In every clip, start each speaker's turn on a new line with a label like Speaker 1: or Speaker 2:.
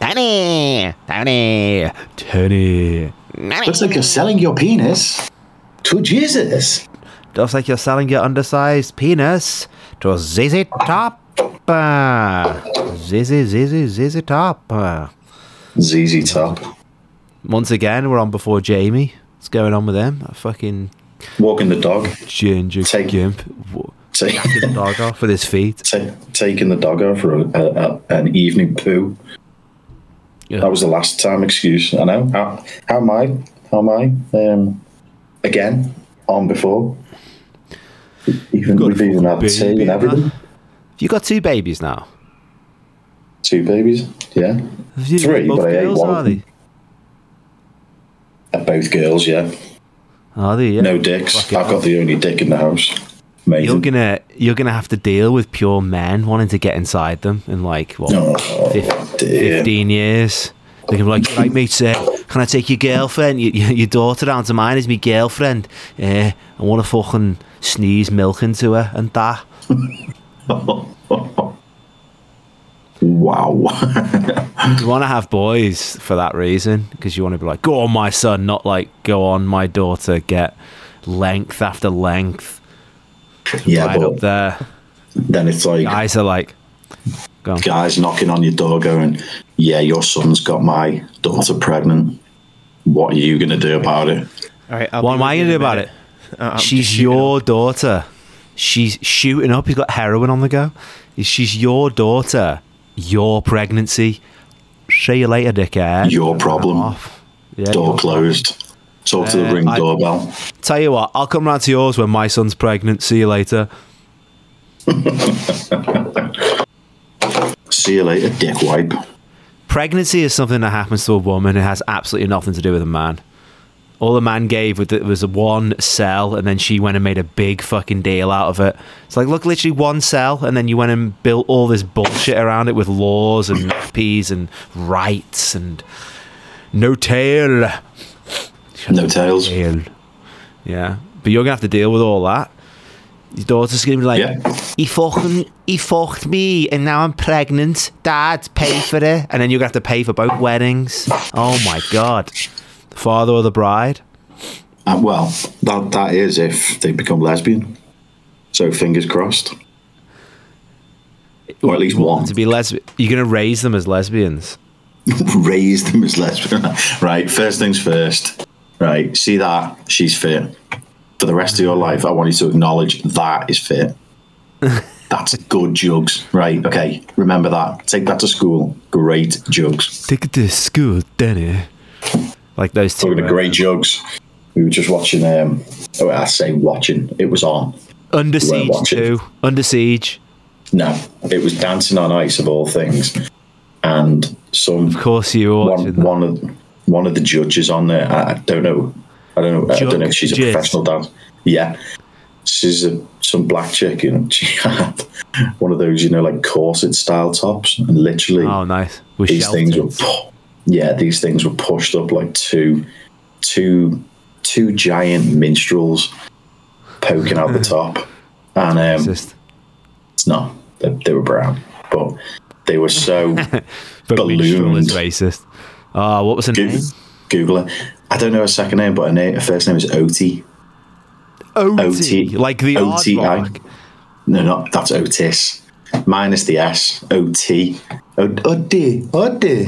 Speaker 1: Tony, Tony,
Speaker 2: Tony.
Speaker 1: Tony.
Speaker 3: Looks like you're selling your penis to Jesus.
Speaker 2: Looks like you're selling your undersized penis to ZZ Top. Uh, ZZ, ZZ, ZZ Top. Uh,
Speaker 3: ZZ Top.
Speaker 2: once again, we're on before Jamie. What's going on with them? That fucking
Speaker 3: Walking the dog.
Speaker 2: ginger
Speaker 3: Take-
Speaker 2: gimp. What?
Speaker 3: Take,
Speaker 2: the dog off with his feet.
Speaker 3: ta- taking the dog out for a, a, a- an evening poo.
Speaker 2: Yeah.
Speaker 3: That was the last time excuse. I know. How, how am I? How am I? Um, again, on before. Even
Speaker 2: got a
Speaker 3: we've even had
Speaker 2: fucking
Speaker 3: tea
Speaker 2: baby in
Speaker 3: and everything.
Speaker 2: that. Have you got two babies now?
Speaker 3: Two babies. Yeah,
Speaker 2: Have you-
Speaker 3: Three,
Speaker 2: both
Speaker 3: but I ate
Speaker 2: girls,
Speaker 3: one.
Speaker 2: are they?
Speaker 3: They're Uh, both girls. Yeah,
Speaker 2: Are they? Yeah.
Speaker 3: no dicks.
Speaker 2: Fucking
Speaker 3: I've got the only dick in the house.
Speaker 2: You're
Speaker 3: Amazing.
Speaker 2: gonna you're gonna have to deal with pure men wanting to get inside them in like what
Speaker 3: Oh,
Speaker 2: fif-
Speaker 3: dear.
Speaker 2: fifteen years. They can be like, like me say, can I take your girlfriend, your, your, your daughter down to mine as my girlfriend? Yeah, I want to fucking sneeze milk into her and that.
Speaker 3: Wow.
Speaker 2: You want to have boys for that reason because you want to be like, go on, my son, not like go on, my daughter. Get length after length
Speaker 3: yeah,
Speaker 2: right up
Speaker 3: but
Speaker 2: there.
Speaker 3: then it's like
Speaker 2: Guys are like, go on.
Speaker 3: guys knocking on your door going, Yeah, your son's got my daughter pregnant. What are you going to do about it?
Speaker 4: All right, I'll
Speaker 2: What
Speaker 4: be
Speaker 2: am I
Speaker 4: with you
Speaker 2: gonna do
Speaker 4: in a
Speaker 2: about
Speaker 4: minute.
Speaker 2: it?
Speaker 4: Uh, I'm just
Speaker 2: She's
Speaker 4: shooting up.
Speaker 2: your daughter. She's shooting up. He's got heroin on the go. She's your daughter. Your pregnancy. See you later, dickhead.
Speaker 3: Your problem.
Speaker 2: Off. Yeah,
Speaker 3: Door
Speaker 2: your-
Speaker 3: closed. Talk to the
Speaker 2: Uh,
Speaker 3: ring
Speaker 2: I-
Speaker 3: doorbell.
Speaker 2: Tell you what, I'll come round to yours when my son's pregnant. See you later.
Speaker 3: See you later, dick wipe.
Speaker 2: Pregnancy is something that happens to a woman. It has absolutely nothing to do with a man. All the man gave with it was one cell, and then she went and made a big fucking deal out of it. It's like, look, literally one cell, and then you went and built all this bullshit around it with laws and peas and rights and no tail.
Speaker 3: No tails.
Speaker 2: Tail. Yeah, but you're gonna have to deal with all that. Your daughter's gonna be like,
Speaker 3: Yeah.
Speaker 2: he fucking he fucked me and now I'm pregnant. Dad, pay for it. And then you're gonna have to pay for both weddings. Oh my god. The father or the bride?
Speaker 3: Uh, well, that that is if they become lesbian. So fingers crossed. Or at least one.
Speaker 2: To be lesbian you're gonna raise them as lesbians.
Speaker 3: Raise them as lesbian. right, first things first. Right, see that? She's fit. For the rest of your life, I want you to acknowledge that is fit. That's good jugs. Right, okay, remember that. Take that to school. Great jugs.
Speaker 2: Take it to school, Denny. Like those two.
Speaker 3: Talking of
Speaker 2: words.
Speaker 3: great jugs, we were just watching, um, oh, I say watching, it was on.
Speaker 2: Under
Speaker 3: weren't
Speaker 2: siege
Speaker 3: watching.
Speaker 2: too. Under siege.
Speaker 3: No, it was Dancing on Ice of all things. And some
Speaker 2: Of course you were watching
Speaker 3: one,
Speaker 2: that.
Speaker 3: one of one of the judges on there. I, I don't know. I don't know. I
Speaker 2: Judge-
Speaker 3: don't know if she's a
Speaker 2: judge.
Speaker 3: professional dancer. Yeah, she's a, some black chick, you know. She had one of those, you know, like corset style tops, and literally
Speaker 2: Oh nice. We're
Speaker 3: these things were,
Speaker 2: sheltered.
Speaker 3: pu- yeah, these things were pushed up like two, two, two giant minstrels poking out the top, and um,
Speaker 2: Just-
Speaker 3: it's not. They, they were brown, but they were so.
Speaker 2: but Minstrel is
Speaker 3: ballooned.
Speaker 2: racist. Oh, what was her name?
Speaker 3: Google, Google it. I don't know her second name, but her, name, her first name is Oti.
Speaker 2: OT.
Speaker 3: OT.
Speaker 2: Like the
Speaker 3: OTI.
Speaker 2: Aardvark.
Speaker 3: No, not that's Otis. Minus the S. O T. O- Oti. Oti.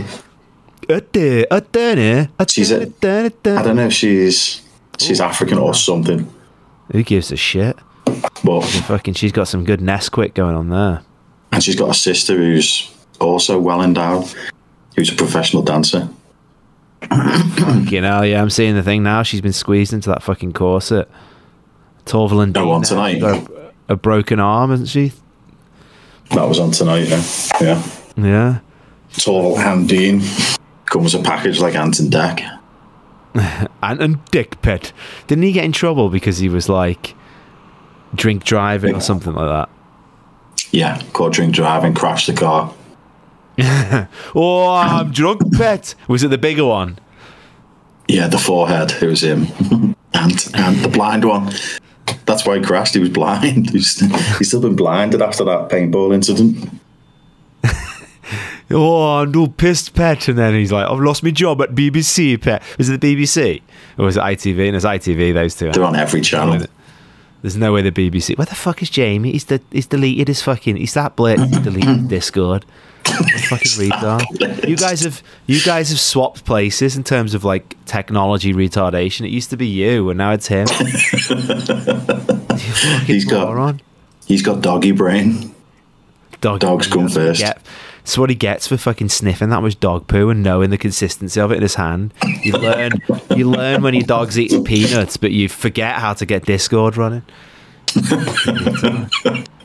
Speaker 2: Ute, utene,
Speaker 3: She's a-
Speaker 2: utene, utene,
Speaker 3: I
Speaker 2: utene.
Speaker 3: don't know if she's she's African or something,
Speaker 2: Who gives a shit?
Speaker 3: but
Speaker 2: Fucking, she's got some good Nesquik going on there.
Speaker 3: and she's got a sister who's also well endowed, who's a professional dancer.
Speaker 2: You know, yeah, I'm seeing the thing now. She's been squeezed into that fucking corset. Torval and
Speaker 3: No one tonight.
Speaker 2: A, a broken arm, isn't she?
Speaker 3: That was on tonight. Yeah, yeah.
Speaker 2: Yeah.
Speaker 3: Tall and Dean comes a package like Ant and Deck.
Speaker 2: And and Dick Pit. Didn't he get in trouble because he was like drink driving or something like that?
Speaker 3: Yeah, caught drink driving, crashed the car.
Speaker 2: Oh, I'm drunk, Pet. Was it the bigger one?
Speaker 3: Yeah, the forehead. It was him. and and the blind one. That's why he crashed. He was blind. He's, he's still been blinded after that paintball incident.
Speaker 2: oh, I'm all pissed, pet. And then he's like, I've lost my job at BBC, pet. Is it the BBC? Or is it ITV? And it's ITV, those two.
Speaker 3: They're on every channel.
Speaker 2: There's no way the BBC. Where the fuck is Jamie? He's, the, he's deleted his fucking. He's that blitz. He deleted Discord. What a fucking retard. You guys have you guys have swapped places in terms of like technology retardation. It used to be you, and now it's him. You fucking
Speaker 3: He's got-
Speaker 2: moron.
Speaker 3: He's got doggy brain.
Speaker 2: Dog,
Speaker 3: Dogs come
Speaker 2: that's what he
Speaker 3: first.
Speaker 2: get- That's what he gets for fucking sniffing that much dog poo and knowing the consistency of it in his hand. You learn, you learn when your dog's eating peanuts, but you forget how to get Discord running.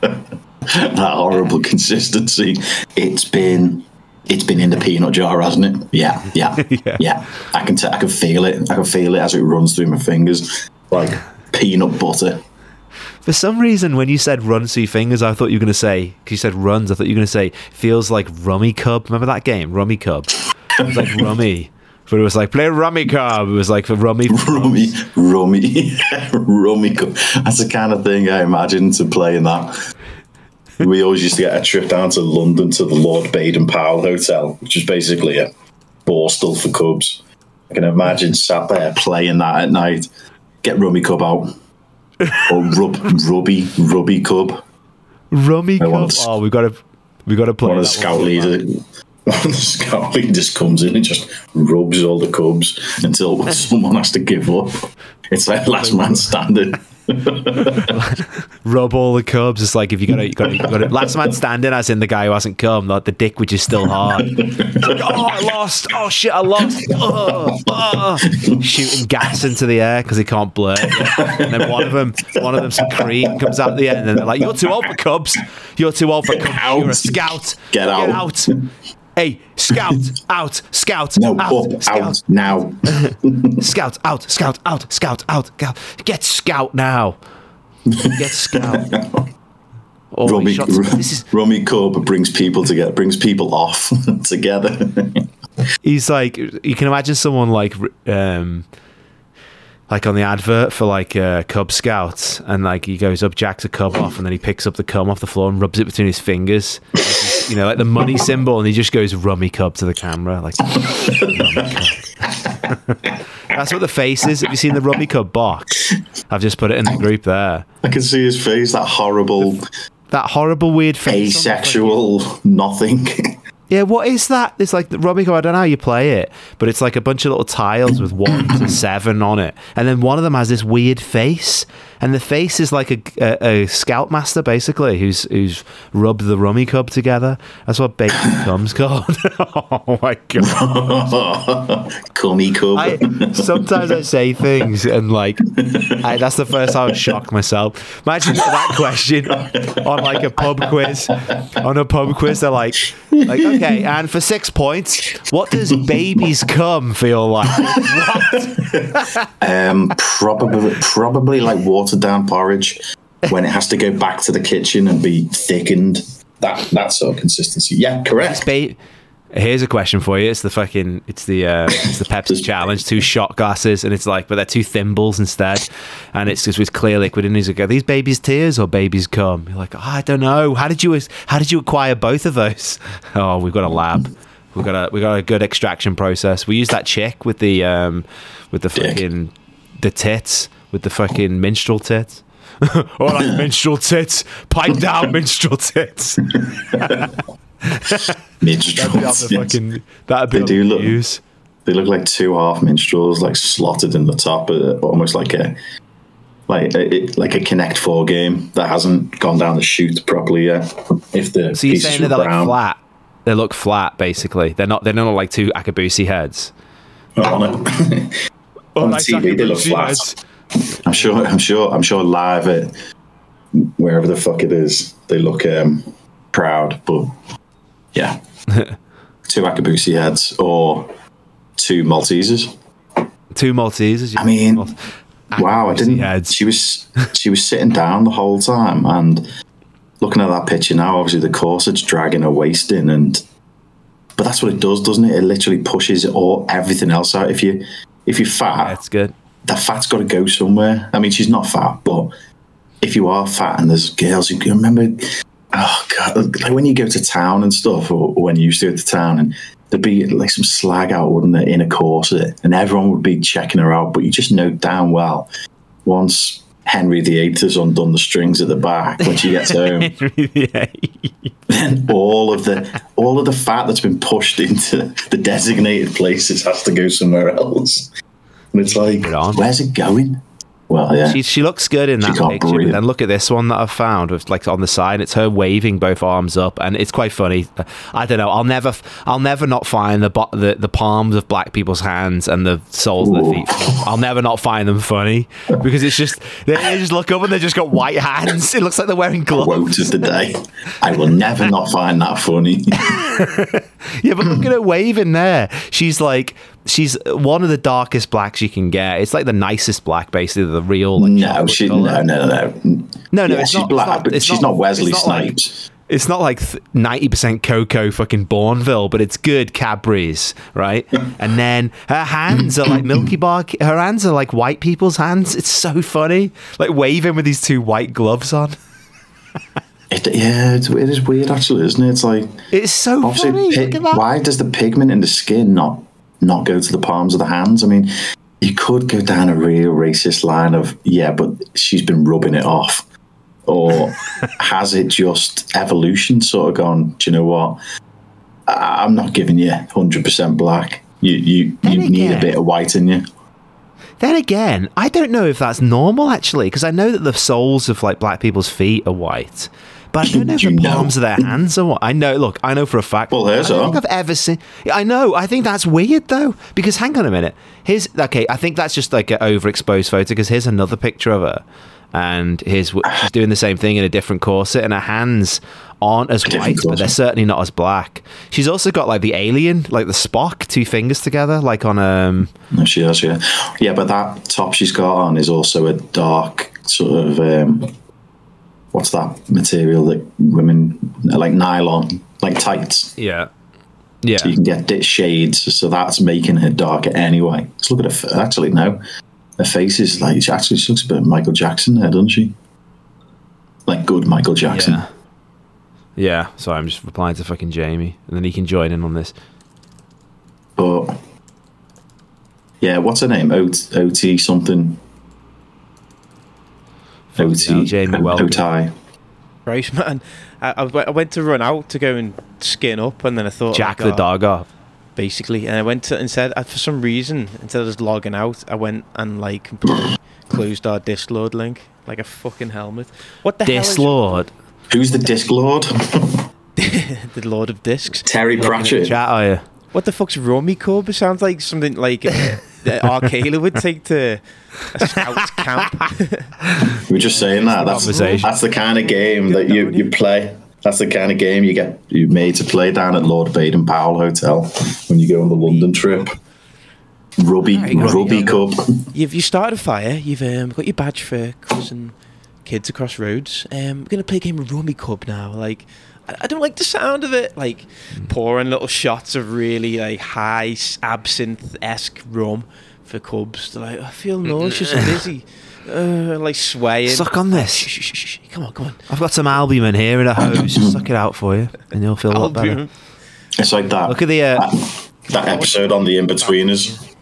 Speaker 3: That horrible consistency. It's been it's been in the peanut jar, hasn't it? Yeah, yeah,
Speaker 2: Yeah.
Speaker 3: yeah. I can t- I can feel it. I can feel it as it runs through my fingers like peanut butter.
Speaker 2: For some reason, when you said run through fingers, I thought you were going to say, because you said runs, I thought you were going to say feels like rummy cub. Remember that game, rummy cub? It was like rummy, but it was like play rummy cub. It was like for rummy.
Speaker 3: Rummy, rummy, rummy. cup. That's the kind of thing I imagine to play in that. We always used to get a trip down to London to the Lord Baden Powell Hotel, which is basically a borstal for cubs. I can imagine sat there playing that at night. Get rummy cub out. Or rub, rubby, rubby cub.
Speaker 2: rummy
Speaker 3: I
Speaker 2: cub.
Speaker 3: want-
Speaker 2: Oh, we got to, we got to play.
Speaker 3: One of the
Speaker 2: that
Speaker 3: scout
Speaker 2: one.
Speaker 3: leader, one of the scout leader just comes in and just rubs all the cubs until someone has to give up. It's like last man standing.
Speaker 2: Rub all the cubs. It's like if you got to, you got to, you got to. Last man standing, as in the guy who hasn't come, like the dick which is still hard. It's like, oh, I lost. Oh shit, I lost. Oh, oh. Shooting gas into the air because he can't blur. And then one of them, one of them, some cream comes out the end, and then they're like, "You're too old for cubs. You're too old for cubs.
Speaker 3: out.
Speaker 2: You're a scout.
Speaker 3: Get out."
Speaker 2: Hey, scout out, scout
Speaker 3: No,
Speaker 2: out,
Speaker 3: up,
Speaker 2: scout
Speaker 3: out, now.
Speaker 2: Scout out, scout out, scout out, scout. Get scout now. Get scout. Oh,
Speaker 3: Rummy,
Speaker 2: shots. This is,
Speaker 3: Rummy Cub brings people together, brings people off together.
Speaker 2: he's like you can imagine someone like um like on the advert for like uh, Cub Scouts, and like he goes up, jacks a cub off, and then he picks up the cum off the floor and rubs it between his fingers, Like he's- you know, like the money symbol, and he just goes rummy cub to the camera, like. "Rummy cub." That's what the face is. Have you seen the rummy cub box? I've just put it in the group there.
Speaker 3: I can see his face, that horrible,
Speaker 2: That horrible weird face. on the
Speaker 3: asexual nothing.
Speaker 2: Yeah, what is that? It's like the Romico, I don't know how you play it, but it's like a bunch of little tiles with one to seven on it. And then one of them has this weird face. And the face is like a, a, a scoutmaster, basically, who's who's rubbed the rummy cub together. That's what Bacon Cum's called. oh my God.
Speaker 3: Cummy Cub.
Speaker 2: I, sometimes I say things and like, I, that's the first time I shock myself. Imagine that question on like a pub quiz. On a pub quiz, they're like, like okay, and for six points, what does babies come feel like?
Speaker 3: um, probably, probably like watered down porridge when it has to go back to the kitchen and be thickened. That that sort of consistency. Yeah, correct.
Speaker 2: Ba- Here's a question for you. It's the fucking, it's the, uh, it's the Pepsi challenge. Two shot glasses, and it's like, but they're two thimbles instead, and it's just with clear liquid. And he's like, are these babies' tears or babies' cum? You're like, I don't know. How did you, how did you acquire both of those? Oh, we've got a lab. We've got a, we have got a good extraction process. We use that chick with the, um, with the
Speaker 3: Dick.
Speaker 2: fucking, the tits, with the fucking minstrel tits. All right, minstrel tits, pipe down, minstrel tits.
Speaker 3: Minstrels.
Speaker 2: That'd be on the
Speaker 3: yes.
Speaker 2: fucking. That'd be
Speaker 3: They
Speaker 2: on
Speaker 3: do
Speaker 2: the
Speaker 3: look-
Speaker 2: news.
Speaker 3: They look like two half minstrels, like slotted in the top, uh, almost like a like a, it- like a Connect Four game that hasn't gone down the chute properly yet. If the
Speaker 2: So you're
Speaker 3: pieces
Speaker 2: saying that
Speaker 3: were
Speaker 2: they're like
Speaker 3: brown,
Speaker 2: flat? They look flat, basically. They're not. They're not like two akabusi heads.
Speaker 3: on it. On like TV, they look Akabusi flat. heads. I'm sure. I'm sure. I'm sure. Live at wherever the fuck it is, they look um, proud. But yeah, two Akabusi heads or two Maltesers.
Speaker 2: Two Maltesers.
Speaker 3: I mean, wow! I didn't.
Speaker 2: heads.
Speaker 3: She was she was sitting down the whole time and looking at that picture now. Obviously, the corset's dragging her waist in, and but that's what it does, doesn't it? It literally pushes all everything else out. If you if you're fat,
Speaker 2: that's good.
Speaker 3: the fat's got to go somewhere. I mean, she's not fat, but if you are fat and there's girls, you can remember. oh god, like when you go to town and stuff, or, or when you used to go to town, and there'd be like some slag out, wouldn't there, in a corset, and everyone would be checking her out, but you just know damn well once Henry VIII has undone the strings at the back when she gets home,
Speaker 2: yeah.
Speaker 3: then all of the all of the fat that's been pushed into the designated places has to go somewhere else, and it's like,
Speaker 2: it on.
Speaker 3: where's it going? Well, yeah,
Speaker 2: She, she looks good in that
Speaker 3: can't
Speaker 2: picture. But
Speaker 3: breathe.
Speaker 2: then look at this one that I've found with like on the side. It's her waving both arms up, and it's quite funny. I don't know. I'll never, I'll never not find the bo- the, the palms of black people's hands and the soles of their feet. I'll never not find them funny because it's just they they just look up and they just got white hands. It looks like they're wearing gloves.
Speaker 3: quote of the day. I will never not find that funny.
Speaker 2: Yeah, but look at her waving there. She's like, she's one of the darkest blacks you can get. It's like the nicest black, basically, the real. Like,
Speaker 3: No,
Speaker 2: chocolate
Speaker 3: she
Speaker 2: colour.
Speaker 3: no no no
Speaker 2: No, no,
Speaker 3: Yeah,
Speaker 2: it's
Speaker 3: she's
Speaker 2: not,
Speaker 3: black,
Speaker 2: it's not,
Speaker 3: but
Speaker 2: it's
Speaker 3: she's not, Wesley
Speaker 2: it's not like-
Speaker 3: Snipes.
Speaker 2: it's not like ninety percent cocoa fucking Bourneville, but it's good Cadbury's, right? and then her hands are like Milky Bar. Her hands are like white people's hands. It's so funny, like waving with these two white gloves on.
Speaker 3: It, yeah, it's, it is weird actually, isn't it? It's like
Speaker 2: It's so funny.
Speaker 3: obviously,
Speaker 2: Look
Speaker 3: pig,
Speaker 2: at that.
Speaker 3: why does the pigment in the skin not not go to the palms of the hands? I mean, you could go down a real racist line of yeah, but she's been rubbing it off, or has it just evolution sort of gone? Do you know what? I, I'm not giving you 100 percent black. You you
Speaker 2: Then
Speaker 3: you need a
Speaker 2: again-
Speaker 3: bit of white in you.
Speaker 2: Then again, I don't know if that's normal actually, because I know that the soles of like black people's feet are white, but I don't know if
Speaker 3: You
Speaker 2: the
Speaker 3: know.
Speaker 2: palms of their hands are white. I know. Look, I know for a fact.
Speaker 3: Well, hers
Speaker 2: I don't
Speaker 3: are.
Speaker 2: think I've ever seen. I know. I think that's weird though, because hang on a minute. Here's okay. I think that's just like an overexposed photo. Because here's another picture of her, and here's what- she's doing the same thing in a different corset, and her hands aren't as
Speaker 3: Different
Speaker 2: white, but
Speaker 3: corset.
Speaker 2: they're certainly not as black. She's also got like the alien, like the Spock, two fingers together, like on um.
Speaker 3: No, she has, yeah. Yeah, but that top she's got on is also a dark sort of um, what's that material that women uh, like nylon, like tights.
Speaker 2: Yeah. Yeah.
Speaker 3: You can get di- shades, so that's making her darker anyway. Let's look at her. fa- Actually, no, her face is like she actually she looks a bit Michael Jackson there, doesn't she? Like good Michael Jackson.
Speaker 2: Yeah. Yeah, so I'm just replying to fucking Jamie, and then he can join in on this.
Speaker 4: Oh
Speaker 3: But yeah, what's her name? O- OT something.
Speaker 2: hell,
Speaker 3: OT.
Speaker 2: Jamie Welby.
Speaker 3: OTI.
Speaker 4: Right, man. I, I went- I went to run out to go and skin up, and then I thought, oh,
Speaker 2: Jack the
Speaker 4: God,
Speaker 2: dog off.
Speaker 4: basically. And I went to instead, I, for some reason, instead of just logging out, I went and like completely closed our Discord link like a fucking helmet. What the hell?
Speaker 2: Dislord.
Speaker 3: Who's the disc lord?
Speaker 4: Is the Lord of Discs?
Speaker 3: Terry Pratchett.
Speaker 2: Chat are you?
Speaker 4: What the fuck's Romy Corp? It sounds like something like uh, that Arcala would take to a scout camp.
Speaker 3: We were just saying that. That's,
Speaker 2: Conversation.
Speaker 3: that's the kind of game that you, you play. That's the kind of game you get you made to play down at Lord Baden Powell Hotel when you go on the London trip. Rubby, rubby cup.
Speaker 4: You've you started a fire. You've um, got your badge for causing kids across roads. Um, we're gonna play a game of Rummy Cub now. Like, I, I don't like the sound of it. Like,
Speaker 2: Mm.
Speaker 4: pouring little shots of really like high s- absinthe-esque rum for cubs. They're like, "Oh, I feel nauseous and dizzy. Uh, like swaying.
Speaker 2: Suck on
Speaker 4: Shh,
Speaker 2: this.
Speaker 4: shh, shh, shh, shh. Come on, come on.
Speaker 2: I've got some albumin here in a hose. Suck it out for you, and you'll feel a lot better.
Speaker 4: Albumin.
Speaker 3: It's like that.
Speaker 2: Look at the. Uh,
Speaker 3: that, that episode on the In Betweeners.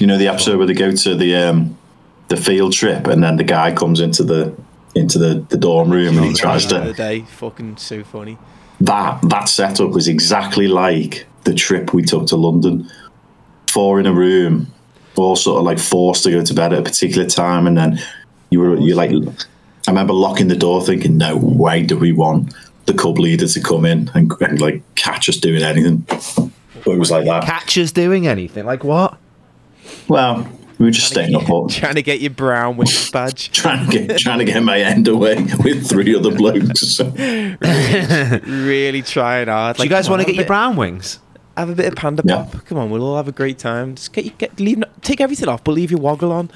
Speaker 3: You know the episode where they go to the um, the field trip and then the guy comes into the into the, the dorm room and he tries
Speaker 4: The other
Speaker 3: to
Speaker 4: day, fucking so funny.
Speaker 3: that that setup was exactly like the trip we took to London. Four in a room, all sort of like forced to go to bed at a particular time, and then you were you like, I remember locking the door, thinking, no way do we want the club leader to come in and, and like catch us doing anything. But it was like that.
Speaker 2: catchers doing anything? Like what?
Speaker 3: Well, we were just staying up all
Speaker 4: Trying to get your brown witch badge.
Speaker 3: trying to get trying to get my end away with three other blokes.
Speaker 4: really trying hard.
Speaker 2: Do you guys want to get your brown wings?
Speaker 4: Have a bit of panda
Speaker 3: Yeah.
Speaker 4: pop. Come on, we'll all have a great time. Just get, get leave, take everything off, but leave your woggle on.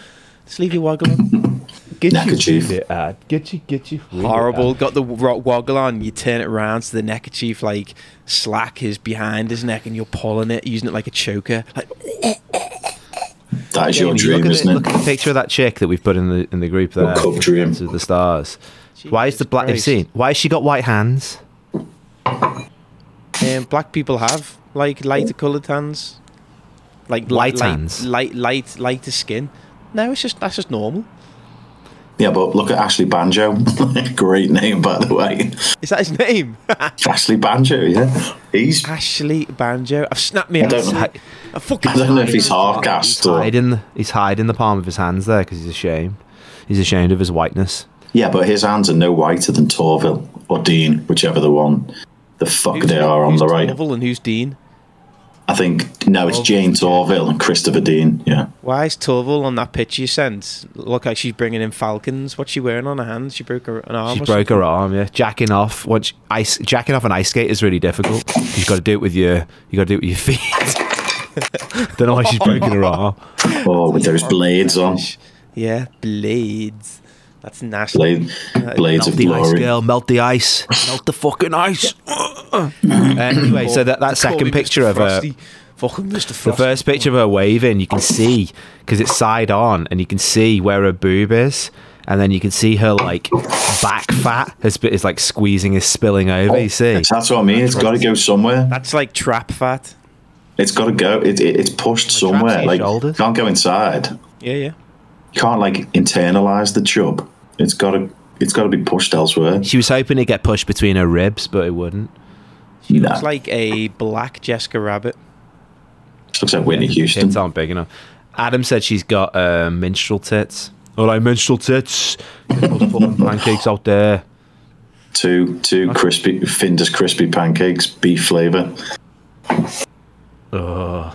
Speaker 4: Just leave your woggle on.
Speaker 2: Get
Speaker 3: Neckerchief.
Speaker 2: you, uh, get you, get you.
Speaker 4: Horrible. Got the ro- woggle on. You turn it round so the neckerchief like slack is behind his neck, and you're pulling it, using it like a choker. Like
Speaker 3: That is
Speaker 2: Jamie,
Speaker 3: your dream,
Speaker 2: look at the-
Speaker 3: isn't
Speaker 2: Look at the
Speaker 3: it?
Speaker 2: picture of that chick that we've put in the in the group there.
Speaker 3: cup dream.
Speaker 2: To the stars. Why is the
Speaker 4: Jesus
Speaker 2: black? Have you
Speaker 4: Christ.
Speaker 2: seen? Why has she got white hands?
Speaker 4: Um, black people have like lighter coloured hands, like li-
Speaker 2: Light
Speaker 4: light
Speaker 2: hands.
Speaker 4: light, light, lighter skin. No, it's just that's just normal.
Speaker 3: Yeah, but look at Ashley Banjo. Great name, by the way.
Speaker 4: Is that his name?
Speaker 3: Ashley Banjo, yeah. He's
Speaker 4: Ashley Banjo. I've snapped me.
Speaker 3: I don't know.
Speaker 4: I, I fucking.
Speaker 3: I don't know if he's
Speaker 4: snapped me.
Speaker 3: half gassed or
Speaker 2: Hiding, he's hiding the palm of his hands there because he's ashamed. He's ashamed of his whiteness.
Speaker 3: Yeah, but his hands are no whiter than Torville or Dean, whichever the one the fuck
Speaker 4: Who's-
Speaker 3: they are on
Speaker 4: who's
Speaker 3: the right.
Speaker 4: Torval and who's Dean?
Speaker 3: I think no, it's Jane Torville and Christopher Dean. Yeah,
Speaker 4: Why is Torval on that picture you sent? Look like she's bringing in falcons. What's she wearing on her hand? She broke her an arm.
Speaker 2: She
Speaker 4: or
Speaker 2: broke her arm. Yeah, jacking off. Once ice, jacking off an ice skate is really difficult. You've got to do it with your. You got to do it with your feet. Don't know why she's broken her arm.
Speaker 3: oh, with those blades on,
Speaker 4: something. Yeah, blades. That's nasty.
Speaker 3: blade, blades of
Speaker 2: Melt the ice,
Speaker 3: glory.
Speaker 2: girl. Melt the ice. Melt the fucking ice. Uh, anyway, so that, that
Speaker 4: Just call me
Speaker 2: second
Speaker 4: Mr.
Speaker 2: picture of her.
Speaker 4: Frosty. Fucking Mr. Frosty.
Speaker 2: The first picture of her waving,
Speaker 3: Oh.
Speaker 2: you can see because it's side on, and you can see where her boob is, and then you can see her like back fat has bit is like squeezing is spilling over. You see,
Speaker 3: Oh, That's what I mean. It's got to go somewhere.
Speaker 4: That's like trap fat.
Speaker 3: It's got to go. It, it, it's pushed somewhere.
Speaker 2: your
Speaker 3: Like
Speaker 2: shoulders.
Speaker 3: can't go inside.
Speaker 4: Yeah, yeah.
Speaker 3: You can't like internalize the chub. It's got to. It's got to be pushed elsewhere.
Speaker 2: she was hoping it'd get pushed between her ribs, but it wouldn't.
Speaker 3: Nah,
Speaker 4: It's like a black Jessica Rabbit.
Speaker 3: looks like Whitney Houston.
Speaker 2: Tits aren't big enough. Adam said she's got uh, minstrel tits. All right, minstrel tits. Those fucking pancakes out there.
Speaker 3: Two two crispy Finder's crispy pancakes, beef flavor,
Speaker 2: Ugh.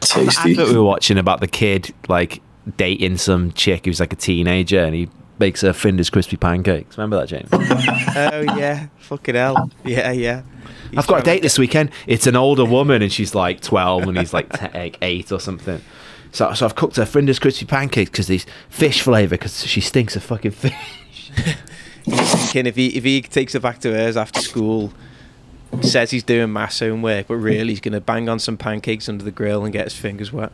Speaker 3: tasty.
Speaker 2: I thought we were watching about the kid like dating some chick who's like a teenager, and he makes her Finder's crispy pancakes. Remember that, James?
Speaker 4: Oh yeah, fucking hell. Yeah, yeah. He's
Speaker 2: I've got a
Speaker 4: trying
Speaker 2: date this weekend. It's an older woman, and she's like twelve, and he's like, te- like eight or something. So, so I've cooked her Flinders crispy pancakes because these fish flavour because she stinks of fucking fish.
Speaker 4: to- Thinking if he if he takes her back to hers after school, says he's doing mass homework, but really he's gonna bang on some pancakes under the grill and get his fingers wet.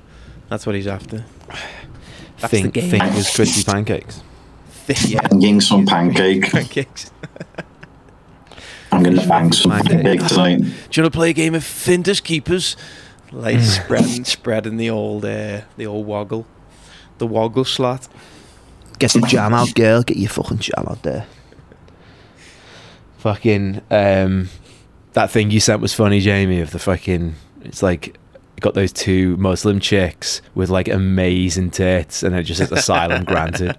Speaker 4: That's what he's after. That's the game.
Speaker 2: Fingers crispy pancakes.
Speaker 4: yeah,
Speaker 3: Banging some pancake.
Speaker 4: pancakes.
Speaker 3: I'm going to bang some
Speaker 2: Pancake.
Speaker 3: pancake tonight.
Speaker 4: Do you want to play a game of Finders Keepers? Like spreading, spreading the old, uh, the old woggle, the woggle slot.
Speaker 2: Get the jam out, girl. Get your fucking jam out there. Fucking um, that thing you sent was funny, Jamie. Of the fucking, it's like got those two Muslim chicks with like amazing tits, and it just says asylum granted.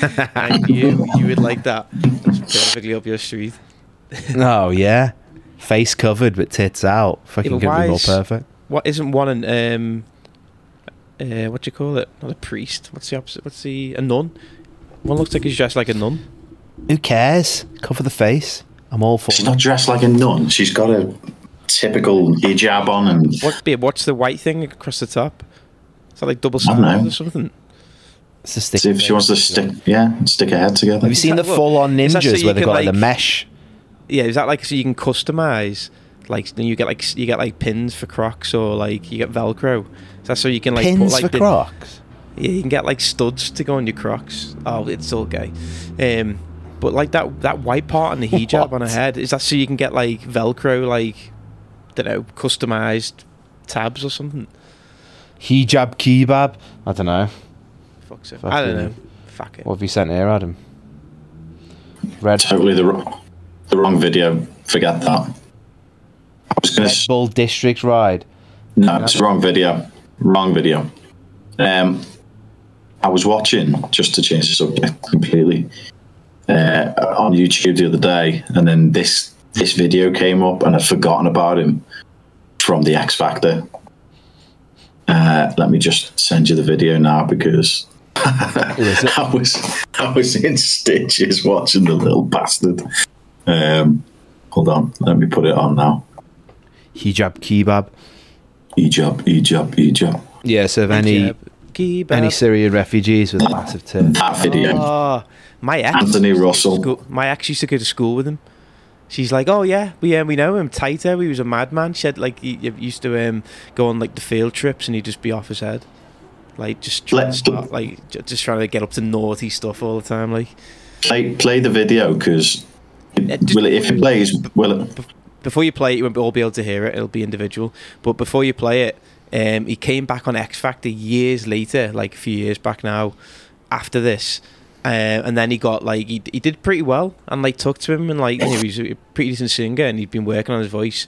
Speaker 4: I knew you would like that. It's perfectly up your street.
Speaker 2: Oh yeah, face covered but tits out.
Speaker 4: Yeah,
Speaker 2: Fucking
Speaker 4: but why
Speaker 2: couldn't be more
Speaker 4: is-
Speaker 2: perfect.
Speaker 4: What isn't one an um, uh, what do you call it? Not a priest. What's the opposite? What's the a nun? One looks like he's dressed like a nun.
Speaker 2: Who cares? Cover the face. I'm all for
Speaker 3: She's
Speaker 2: it.
Speaker 3: not dressed like a nun. She's got a typical hijab on and
Speaker 4: What? babe, What's the white thing across the top? Is that like double
Speaker 3: I don't
Speaker 4: standards
Speaker 3: know.
Speaker 4: or something?
Speaker 2: It's a stick.
Speaker 3: see if she wants to stick, yeah, stick her head together.
Speaker 2: Have you seen
Speaker 4: that-
Speaker 2: the full-on
Speaker 4: is that so
Speaker 2: ninjas
Speaker 4: you
Speaker 2: where they
Speaker 4: can,
Speaker 2: got like, the
Speaker 4: like-
Speaker 2: mesh?
Speaker 4: Yeah, is that like so you can customize? Like then you get like s- you get like pins for Crocs or like you get Velcro. Is that so you can like
Speaker 2: Pins
Speaker 4: like
Speaker 2: for
Speaker 4: the-
Speaker 2: Crocs.
Speaker 4: Yeah, you can get like studs to go on your Crocs. Oh, it's okay. Um, but like that that white part on the hijab on her
Speaker 2: What?
Speaker 4: head is that so you can get like Velcro, like don't know, customized tabs or something.
Speaker 2: Hijab kebab. I don't know.
Speaker 4: Fuck's sake. I don't
Speaker 2: Fucking-
Speaker 4: know. Fuck it.
Speaker 2: What have you sent here, Adam? Red,
Speaker 3: Totally the wrong, the wrong video. Forget that. I was going
Speaker 2: Red
Speaker 3: to
Speaker 2: Bull District ride.
Speaker 3: no, it's the wrong video. Wrong video. Um, I was watching just to change the subject completely uh, on YouTube the other day, and then this this video came up, and I'd forgotten about him from the X Factor. Uh, let me just send you the video now because
Speaker 2: is it?
Speaker 3: I was I was in stitches watching the little bastard. Um, hold on, let me put it on now. E
Speaker 2: Hijab kebab.
Speaker 3: E-job, e-job, e-job.
Speaker 2: Yeah, so if any
Speaker 4: Hijab, kebab.
Speaker 2: any Syrian refugees with massive tits.
Speaker 3: That video.
Speaker 4: Oh, my ex.
Speaker 3: Anthony
Speaker 4: used to go to
Speaker 3: Russell.
Speaker 4: school- my ex used to go to school with him. She's like, oh yeah, we um, we know him. Tighter, he was a madman. She had like he, he used to um go on like the field trips and he'd just be off his head, like just trying
Speaker 3: Let's
Speaker 4: to,
Speaker 3: do-
Speaker 4: like ju- just trying to get up to naughty stuff all the time. Like
Speaker 3: Play play the video because
Speaker 4: just-
Speaker 3: will it, if it plays, will it?
Speaker 4: before you play it, you won't all be able to hear it. It'll be individual. But before you play it, um, he came back on X Factor years later, like a few years back now, after this. Uh, and then he got like he, he did pretty well, and like talked to him, and like you know, he's a pretty decent singer, and he'd been working on his voice.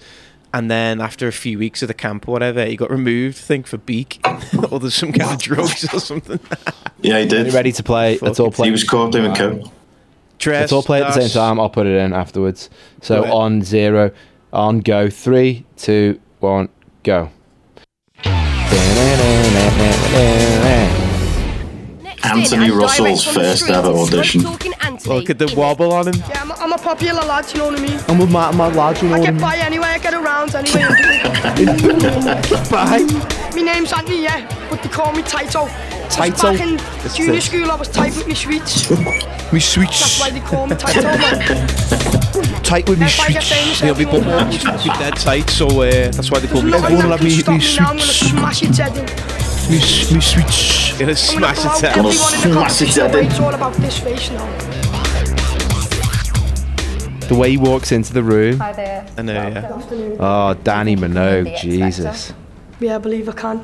Speaker 4: And then after a few weeks of the camp or whatever, he got removed, I think for beak, or there's some kind of drugs or something.
Speaker 3: Yeah, he
Speaker 2: You
Speaker 3: did.
Speaker 2: ready to play? Let's all play.
Speaker 3: He was caught doing coke.
Speaker 4: Dress,
Speaker 2: Let's all play at the same
Speaker 4: that's-
Speaker 2: time. I'll put it in afterwards. So
Speaker 4: Do it.
Speaker 2: on zero, on go. Three, two, one, go.
Speaker 5: Next
Speaker 3: Anthony
Speaker 5: in, and
Speaker 3: Russell's
Speaker 5: direct from the
Speaker 3: first
Speaker 5: street,
Speaker 3: ever
Speaker 5: it's
Speaker 3: audition.
Speaker 5: straight-talking Anthony.
Speaker 4: Look at the
Speaker 5: In
Speaker 4: wobble on him.
Speaker 6: Yeah, I'm, I'm a popular lad, you know what I mean?
Speaker 2: I'm with my, my lads. You know
Speaker 6: I
Speaker 2: what I
Speaker 6: get
Speaker 2: mean?
Speaker 6: by anyway, I get around anyway. My name's Anthony, yeah, but they call me Taito.
Speaker 4: Taito?
Speaker 6: Back in junior school, I was tight with my sweets.
Speaker 4: Me
Speaker 6: That's
Speaker 4: sweets.
Speaker 6: why they call me Taito, man.
Speaker 4: tight with me
Speaker 6: If I get famous,
Speaker 4: He'll be put
Speaker 6: everyone
Speaker 4: more
Speaker 6: will
Speaker 4: be
Speaker 6: love me.
Speaker 4: dead tight, so uh, that's why they call
Speaker 6: There's
Speaker 4: me.
Speaker 6: nothing that
Speaker 4: me
Speaker 6: can stop me now, I'm gonna smash its head in.
Speaker 4: me sweets. Gonna
Speaker 6: I'm gonna
Speaker 4: smash
Speaker 6: blow
Speaker 4: his
Speaker 6: everyone
Speaker 4: head.
Speaker 6: in the
Speaker 3: Smash its
Speaker 6: competition,
Speaker 3: head in.
Speaker 6: it's all about this face now.
Speaker 2: The way he walks into the room.
Speaker 7: Hi there.
Speaker 4: I know, yeah.
Speaker 2: Oh, Danny Minogue. Jesus.
Speaker 6: Yeah, I believe I can.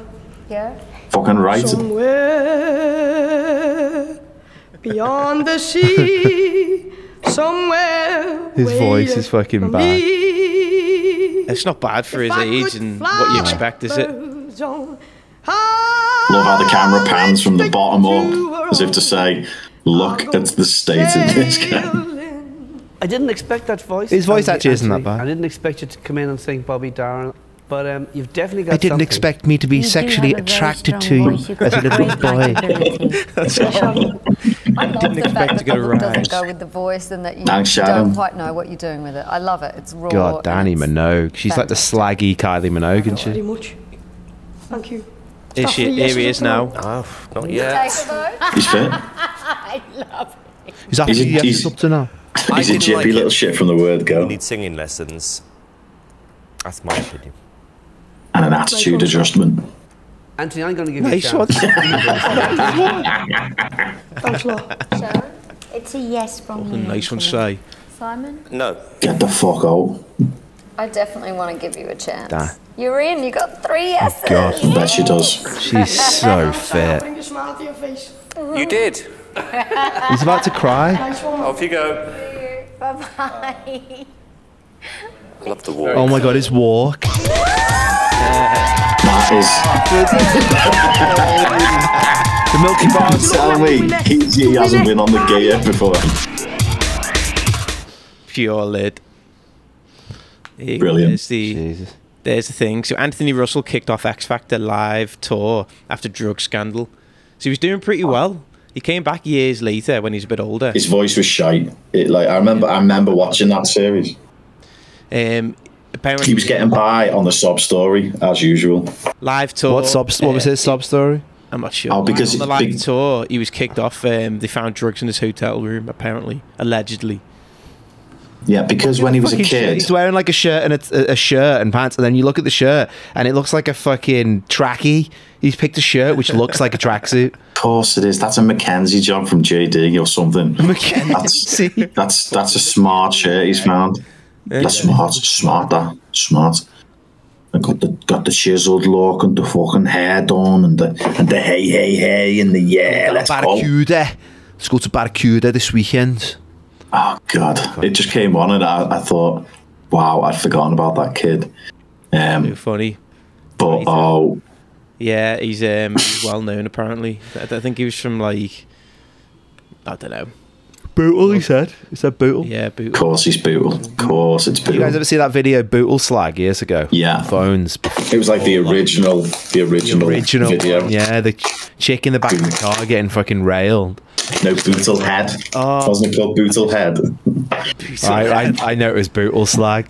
Speaker 7: Yeah.
Speaker 3: Fucking right.
Speaker 6: Somewhere beyond the sea, somewhere.
Speaker 2: His voice is fucking bad.
Speaker 6: bad.
Speaker 4: It's not bad for his age and what you expect, is it?
Speaker 6: Love
Speaker 3: Love
Speaker 6: how
Speaker 3: how the camera pans from the bottom up as if to say, look at the state of this guy.
Speaker 8: I didn't expect that voice.
Speaker 2: His voice actually isn't that bad.
Speaker 8: I didn't expect you to come in and sing Bobby Darin, but um, you've definitely got.
Speaker 9: I didn't
Speaker 8: something.
Speaker 9: expect me to be
Speaker 7: You do
Speaker 9: sexually
Speaker 7: have a very
Speaker 9: attracted
Speaker 7: strong
Speaker 9: to you
Speaker 7: voice. You've
Speaker 9: as a
Speaker 7: got
Speaker 9: little
Speaker 7: great
Speaker 9: boy.
Speaker 7: likability. I love
Speaker 4: Didn't
Speaker 7: the fact
Speaker 4: expect
Speaker 7: that
Speaker 4: to get a
Speaker 7: it doesn't
Speaker 4: rise.
Speaker 7: go with the voice and that you
Speaker 3: Thanks, Sharon.
Speaker 7: don't quite know what you're doing with it. I love it. It's raw.
Speaker 2: God,
Speaker 7: and
Speaker 2: Danny
Speaker 7: it's-
Speaker 2: Minogue. She's like the slaggy Kylie Minogue, isn't
Speaker 6: Very
Speaker 2: she?
Speaker 6: much. Thank you.
Speaker 4: Here, she, here he is now.
Speaker 8: Not yet.
Speaker 7: Take a vote.
Speaker 3: He's fit.
Speaker 7: I love it.
Speaker 9: He's after
Speaker 3: He's a-
Speaker 9: the
Speaker 3: he's-
Speaker 9: up to now.
Speaker 3: He's a
Speaker 10: didn't
Speaker 3: jippy
Speaker 10: like
Speaker 3: little
Speaker 10: it.
Speaker 3: shit from the word
Speaker 10: You
Speaker 3: go.
Speaker 10: need singing lessons. That's my opinion.
Speaker 3: And an attitude adjustment.
Speaker 8: Anthony, I'm going to give you a
Speaker 4: Nice one.
Speaker 8: chance.
Speaker 6: Thanks a lot.
Speaker 7: Sharon, it's a yes from me.
Speaker 4: Nice one,
Speaker 7: Anthony.
Speaker 4: say.
Speaker 7: Simon,
Speaker 10: No,
Speaker 3: Get the fuck out.
Speaker 7: I definitely want to give you a chance.
Speaker 2: Da.
Speaker 7: You're in. You got three
Speaker 4: Oh,
Speaker 7: yeses.
Speaker 3: I bet she does.
Speaker 2: She's so
Speaker 6: I'll
Speaker 2: fit.
Speaker 6: bring a smile to your face.
Speaker 10: you did.
Speaker 2: He's about to cry.
Speaker 6: Nice one.
Speaker 10: Off you go.
Speaker 7: Bye bye.
Speaker 10: Love the war.
Speaker 9: Oh my god, his walk.
Speaker 3: That is.
Speaker 9: The Milky Bars.
Speaker 3: Tell me, he, he hasn't been on the gear before.
Speaker 4: Pure lid. Here he
Speaker 3: Brilliant.
Speaker 4: is, the-
Speaker 2: Jesus.
Speaker 4: There's the thing. So Anthony Russell kicked off X Factor live tour after drug scandal. So he was doing pretty well. He came back years later when he's a bit older.
Speaker 3: His voice was shite. It, like I remember, I remember watching that series.
Speaker 4: Um, apparently
Speaker 3: He was getting by on the sob story as usual.
Speaker 4: live tour.
Speaker 2: What sub? What was
Speaker 4: uh,
Speaker 2: his sub story?
Speaker 4: I'm not sure.
Speaker 3: Oh, because
Speaker 4: on the
Speaker 3: it's
Speaker 4: live
Speaker 3: big-
Speaker 4: tour, he was kicked off. Um, they found drugs in his hotel room, apparently, allegedly.
Speaker 3: Yeah, because when he was a
Speaker 2: Fucking shit.
Speaker 3: kid,
Speaker 2: He's wearing like a shirt and it's a, a shirt and pants, and then you look at the shirt and it looks like a fucking trackie. He's picked a shirt which looks like a tracksuit.
Speaker 3: of course it is. That's a Mackenzie job from JD or something. That's,
Speaker 2: See,
Speaker 3: that's that's a smart shirt he's found. That's smart, smart, that smart. I got the got the chiseled look and the fucking hair done and the and the hey hey hey and the yeah let's go.
Speaker 9: Barracuda. Let's go to Barracuda this weekend.
Speaker 3: Oh god, it just came on and I, I thought, wow, I'd forgotten about that kid.
Speaker 4: Too
Speaker 3: Um,
Speaker 4: funny.
Speaker 3: but oh,
Speaker 4: Yeah, he's um, he's well known, apparently. I, I think he was from, like, I don't know.
Speaker 2: bootle. He said. He said bootle.
Speaker 4: Yeah, boot.
Speaker 3: of course he's brutal. Of course it's
Speaker 2: You guys
Speaker 3: brutal.
Speaker 2: ever see that video Bootle Slag years ago?
Speaker 3: Yeah.
Speaker 2: Phones.
Speaker 3: It was like the original, the original,
Speaker 2: Oh, Original.
Speaker 3: video.
Speaker 2: Yeah, the ch- chick in the back of the car getting fucking railed.
Speaker 3: No, Bootle Head.
Speaker 2: Oh.
Speaker 3: Wasn't it called Bootle Head?
Speaker 2: I, I, I know it was Bootle Slag.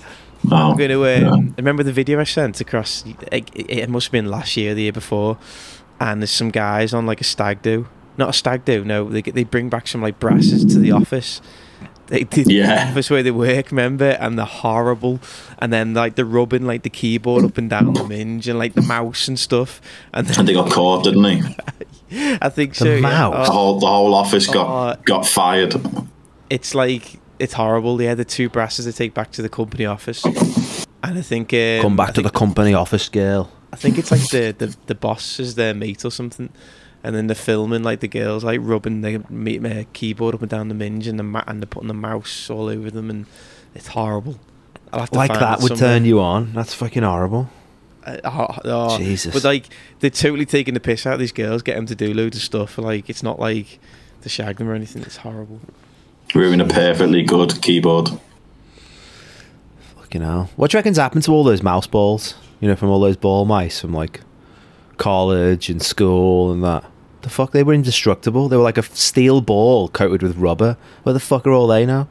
Speaker 3: Oh,
Speaker 4: I'm going to
Speaker 3: yeah.
Speaker 4: um, remember the video I sent across. It, it- it must have been last year, the year before, and there's some guys on like a stag do, not a stag do. No, they get- they bring back some like brasses to the office. They did
Speaker 3: Yeah.
Speaker 4: the office where they work, remember? And they're horrible. And then like they're rubbing like the keyboard up and down the minge and like the mouse and stuff. And
Speaker 3: And
Speaker 4: then,
Speaker 3: they got caught, didn't they? The
Speaker 4: I think so. yeah.
Speaker 9: mouse?
Speaker 4: Oh,
Speaker 3: whole, the whole office got
Speaker 4: Oh.
Speaker 3: got fired.
Speaker 4: it's like it's horrible. Yeah, the two brasses they take back to the company office, and I think um,
Speaker 11: Come back
Speaker 4: I
Speaker 11: to the
Speaker 4: think-
Speaker 11: company office, girl.
Speaker 4: I think it's like the, the the boss is their mate or something, and then they're filming like the girls like rubbing their, me- their keyboard up and down the minge and the ma- and they're putting the mouse all over them, and it's horrible. I'll have to
Speaker 2: Like
Speaker 4: find
Speaker 2: that
Speaker 4: it
Speaker 2: would
Speaker 4: somewhere.
Speaker 2: turn you on. That's fucking horrible.
Speaker 4: Uh, oh, oh.
Speaker 2: Jesus.
Speaker 4: But like they're totally taking the piss out of these girls, get them to do loads of stuff. Like it's not like to shag them or anything. It's horrible.
Speaker 3: Ruin a perfectly good keyboard.
Speaker 2: Fucking hell. What do you reckon's happened to all those mouse balls? You know, from all those ball mice from like college and school and that. The fuck, they were indestructible. They were like a f- steel ball coated with rubber. Where the fuck are all they now?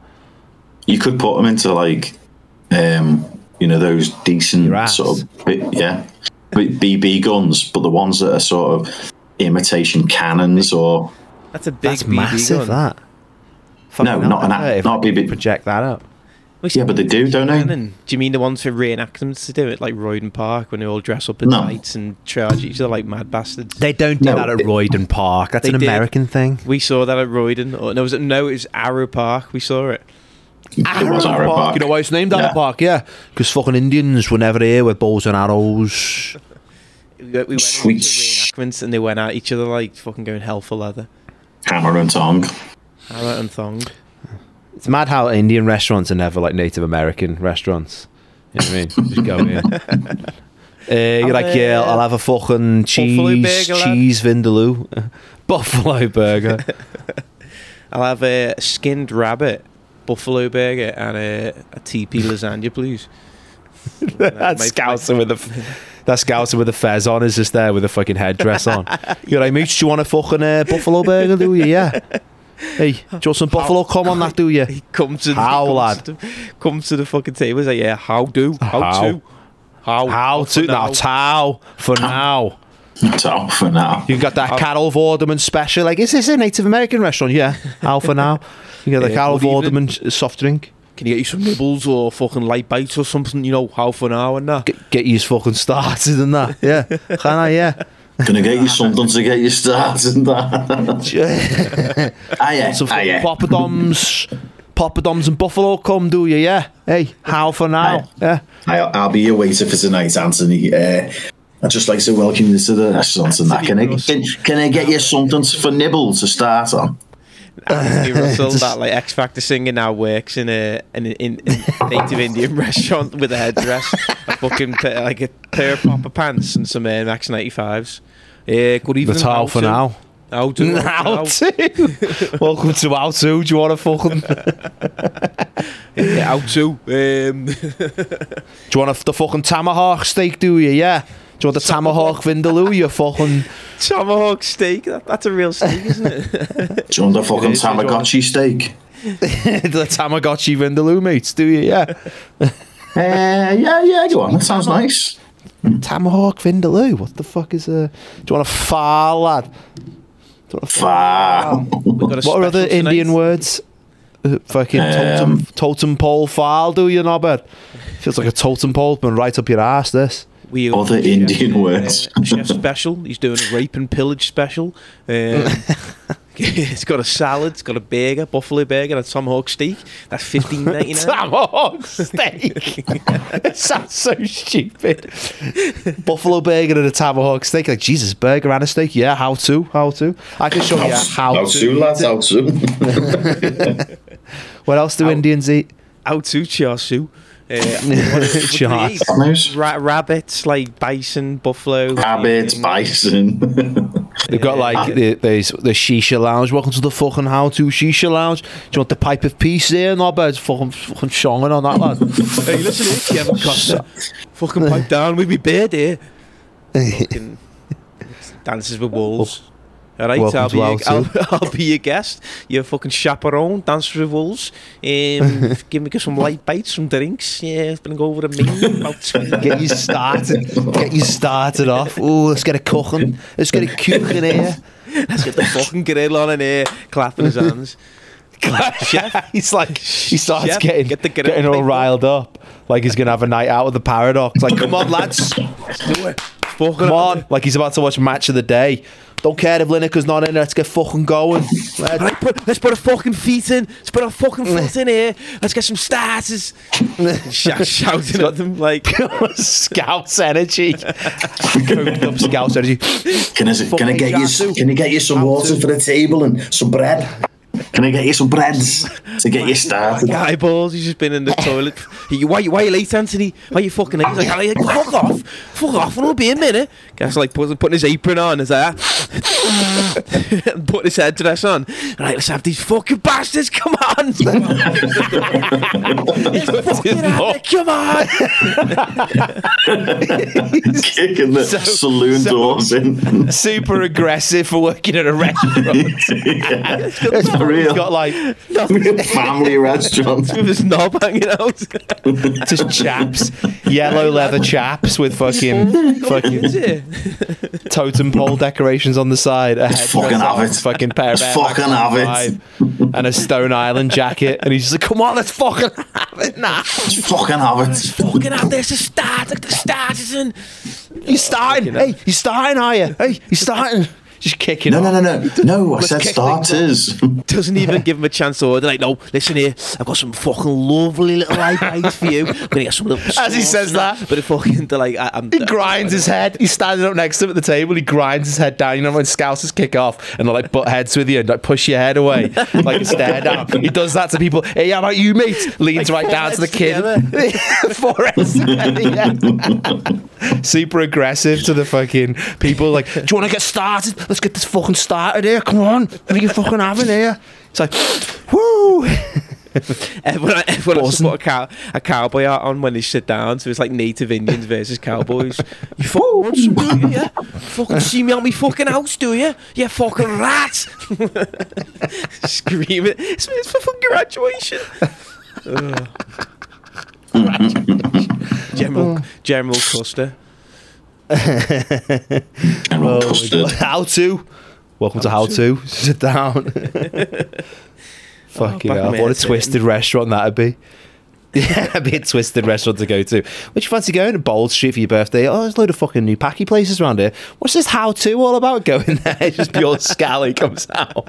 Speaker 3: You could put them into like, um, you know, those
Speaker 2: Your
Speaker 3: decent
Speaker 2: ass.
Speaker 3: sort of bi- yeah, bi- BB guns, but the ones that are sort of imitation cannons or
Speaker 4: That's a big
Speaker 2: That's
Speaker 4: BB
Speaker 2: massive.
Speaker 4: gun.
Speaker 2: That. Fucking
Speaker 3: No,
Speaker 2: hell,
Speaker 3: not an
Speaker 2: I'd
Speaker 3: act-
Speaker 2: hurt if
Speaker 3: not
Speaker 2: I could
Speaker 3: BB.
Speaker 2: Project that up.
Speaker 4: Wait,
Speaker 3: Yeah, but they do, don't they?
Speaker 4: Cannon. Do you mean the ones for reenactments to do it, like Royden Park, when they all dress up in
Speaker 3: No.
Speaker 4: tights and charge each other like mad bastards?
Speaker 2: They don't do
Speaker 3: No,
Speaker 2: that at
Speaker 3: it-
Speaker 2: Roydon Park. That's
Speaker 4: They
Speaker 2: an
Speaker 4: did.
Speaker 2: American thing.
Speaker 4: we saw that at Royden. Or, no, was it, no, it was Arrow Park. We saw it.
Speaker 3: it was Arrow Park.
Speaker 2: You know why it's named Arrow
Speaker 3: Yeah.
Speaker 2: Park? Yeah, because fucking Indians were never here with bows and arrows.
Speaker 4: We went we went
Speaker 3: Sweet.
Speaker 4: to reenactments and they went at each other like fucking going hell for leather,
Speaker 3: hammer and tongue.
Speaker 4: hammer and thong.
Speaker 2: It's mad how Indian restaurants are never like Native American restaurants. You know what I mean? Just go in. Uh, you're like, yeah, I'll have a fucking cheese,
Speaker 4: burger, lad."
Speaker 2: cheese vindaloo, buffalo burger.
Speaker 4: I'll have a skinned rabbit, buffalo burger, and a, a TP lasagna, please.
Speaker 2: that scouser with the that scouser with the fez on is just there with a fucking headdress on. You're like, mate, do you want a fucking uh, buffalo burger? Do you? Yeah. Hey, do you want some buffalo come on that? Do you?
Speaker 4: He comes to the,
Speaker 2: How,
Speaker 4: comes
Speaker 2: lad?
Speaker 4: To the, comes to the fucking table. He's like, yeah, how do? How,
Speaker 2: How?
Speaker 4: to? How?
Speaker 2: How
Speaker 4: for
Speaker 2: to now?
Speaker 4: now?
Speaker 2: Tao for now.
Speaker 3: That's all for now.
Speaker 2: You got that Carol Vorderman special. Like, is this a Native American restaurant? Yeah, Al for now. You got the
Speaker 4: Yeah,
Speaker 2: Carol
Speaker 4: good evening.
Speaker 2: Vorderman s- soft drink.
Speaker 4: Can you get you some nibbles or fucking light bites or something? You know, how for now and that.
Speaker 2: Get, get you fucking started and that. Yeah, can I? Yeah.
Speaker 3: Gonna get you something to get you started. and that. Ah yeah,
Speaker 2: Some
Speaker 3: ah
Speaker 2: fucking
Speaker 3: yeah.
Speaker 2: poppadoms, poppadoms and buffalo come, do you? Yeah. Hey, how for now? Yeah.
Speaker 3: I'll, Ah, I'll be your waiter for tonight, Anthony. Uh, I'd just like to welcome you to the restaurant and that. nou, Can I, can, can I get you something for nibble to start on?
Speaker 4: Anthony Russell, that like X Factor singer, now works in a in a in, in a native Indian restaurant with a headdress, a fucking pa- like a pair of proper pants and some uh, Max ninety fives. Yeah, good evening.
Speaker 2: That's how for
Speaker 4: to?
Speaker 2: now.
Speaker 4: How do?
Speaker 2: How to? Welcome to how to. Do you want to fucking? Do
Speaker 4: Yeah, how to? Um,
Speaker 2: you want a, the fucking tomahawk steak? Do you? Yeah. Do you want the tomahawk vindaloo? You fucking.
Speaker 4: tomahawk steak. That, that's a real steak, isn't it?
Speaker 3: Do you want a fucking
Speaker 4: is, I do.
Speaker 3: Tamagotchi steak?
Speaker 2: the Tamagotchi Vindaloo mates, do you? Yeah.
Speaker 3: Uh, yeah, yeah, go on. That sounds nice.
Speaker 2: Tamahawk Vindaloo. What the fuck is a. Do you want a far lad?
Speaker 3: Far.
Speaker 4: We've got a
Speaker 2: What are
Speaker 4: special
Speaker 2: other
Speaker 4: tonight.
Speaker 2: Indian words? Uh, fucking totem,
Speaker 3: Um,
Speaker 2: totem pole file, do you, Nobbert? Feels like a totem pole, been right up your ass, this.
Speaker 4: We
Speaker 3: Other
Speaker 4: Chef,
Speaker 3: Indian
Speaker 4: uh,
Speaker 3: words.
Speaker 4: Chef special. He's doing a rape and pillage special. Um, it's got a salad. It's got a burger, buffalo burger, and a tomahawk steak. That's fifteen ninety nine.
Speaker 2: Tamahawk steak! it sounds so stupid. Buffalo burger and a Tamahawk steak. Like, Jesus, burger and a steak? Yeah, how to? How to? I can show you how,
Speaker 3: How
Speaker 2: to.
Speaker 3: soon, lads? How soon?
Speaker 2: What else do Indians eat?
Speaker 4: Out to Chiasu. Uh,
Speaker 2: Char-
Speaker 3: Nice.
Speaker 4: ra- rabbits like bison, buffalo, Mm.
Speaker 3: Rabbits,
Speaker 4: chicken.
Speaker 3: bison.
Speaker 2: They've got like the, there's the shisha lounge. Welcome to the fucking how to shisha lounge. Do you want the pipe of peace there? No, but it's fucking fucking shonging on that lad.
Speaker 4: Hey, listen here, Kevin Costner. Fucking pipe down. We be bare there. Fucking dances with wolves. All right,
Speaker 2: Welcome
Speaker 4: I'll
Speaker 2: to
Speaker 4: be, your,
Speaker 2: our
Speaker 4: I'll, I'll be your guest. Your fucking chaperone, dances with wolves. Um, give me some light bites, some drinks. Yeah, it's been go over the menu. About twenty-
Speaker 2: Get you started. Get you started off. Oh, let's get a cooking. Let's get a cooking here.
Speaker 4: Let's get the fucking grill on in here, clapping his hands. Chef,
Speaker 2: He's like he starts
Speaker 4: Chef,
Speaker 2: getting
Speaker 4: get the grill
Speaker 2: getting all
Speaker 4: plate up.
Speaker 2: riled up. Like he's gonna have a night out with the paradox. Like, come on, lads,
Speaker 4: fucking
Speaker 2: come on. Like he's about to watch match of the day. Don't care if Lineker's not in. Let's get fucking going. Let's-
Speaker 4: Let's put, let's put a fucking feet in. Let's put our fucking foot in here. Let's get some starters. Sh- shouting at them like
Speaker 2: Scouts energy. Coked up Scouts energy.
Speaker 3: Can I, can I get you? Can I get you some water for the table and some bread? Can I get you some breads to get you started?
Speaker 4: eyeballs. He's just been in the toilet. He- why, you- why you late, Anthony? Why you fucking late? He's like, "Like, fuck off, fuck off, and it'll be a minute. Guy's like putting putting his apron on. Is that? Put his head dress on. Right, let's have these fucking bastards. Come on. It's fucking happening, Come on.
Speaker 3: Kicking the saloon doors in.
Speaker 2: Super aggressive for working at a restaurant.
Speaker 3: It's for real.
Speaker 2: He's got like
Speaker 3: Family restaurant.
Speaker 4: With his knob hanging out.
Speaker 2: just chaps, yellow leather chaps with fucking fucking totem pole decorations on the side. A headdress
Speaker 3: fucking have
Speaker 2: on,
Speaker 3: it.
Speaker 2: Fucking pair of
Speaker 3: Let's
Speaker 2: Air
Speaker 3: fucking
Speaker 2: Max
Speaker 3: have it.
Speaker 2: 95, And a Stone Island jacket, and he's just like, "Come on, let's fucking have it now."
Speaker 3: Just fucking have it.
Speaker 4: fucking out there. It's a start. Like the starters in.
Speaker 2: You're starting. Hey, you're starting, are you? Hey, you're starting. Just kicking.
Speaker 3: No,
Speaker 2: off.
Speaker 3: no, no, no, no. I said
Speaker 2: kick things
Speaker 3: starters.
Speaker 4: doesn't even give him a chance to order. Like, no, listen here, I've got some fucking lovely little IPAs for you. I'm gonna get some little.
Speaker 2: As he
Speaker 4: sauce
Speaker 2: says
Speaker 4: and
Speaker 2: that.
Speaker 4: but it fucking they're like, I, I'm.
Speaker 2: He grinds his head. He's standing up next to him at the table. He grinds his head down. You know when scousers kick off and they like butt heads with you and like push your head away like a stare down. He does that to people. Hey, how about you, mate? Leans right down to the kid. Four heads together, yeah. Super aggressive to the fucking people. Like, do you want to get started? Let's get this fucking started here. Come on, what are you fucking having here? It's like, woo.
Speaker 4: Everyone, everyone has to
Speaker 2: Awesome.
Speaker 4: put a, cow, a cowboy hat on when they sit down, so it's like native Indians versus cowboys. you fucking want some, do you? Yeah? Fucking see me on me fucking house, do you? You fucking rat! Screaming. It's, it's for fucking graduation. Ugh. General General Custer.
Speaker 2: Oh,
Speaker 3: General custard.
Speaker 2: How to? Welcome to How to. Sit down. Fucking
Speaker 4: back
Speaker 2: hell.
Speaker 4: on my
Speaker 2: What a
Speaker 4: headset.
Speaker 2: twisted restaurant that'd be. Yeah, it'd be a twisted restaurant to go to. Would you fancy going to Bold Street for your birthday? Oh, there's a load of fucking new packy places around here. What's this how to all about going there? It's just pure scally comes out.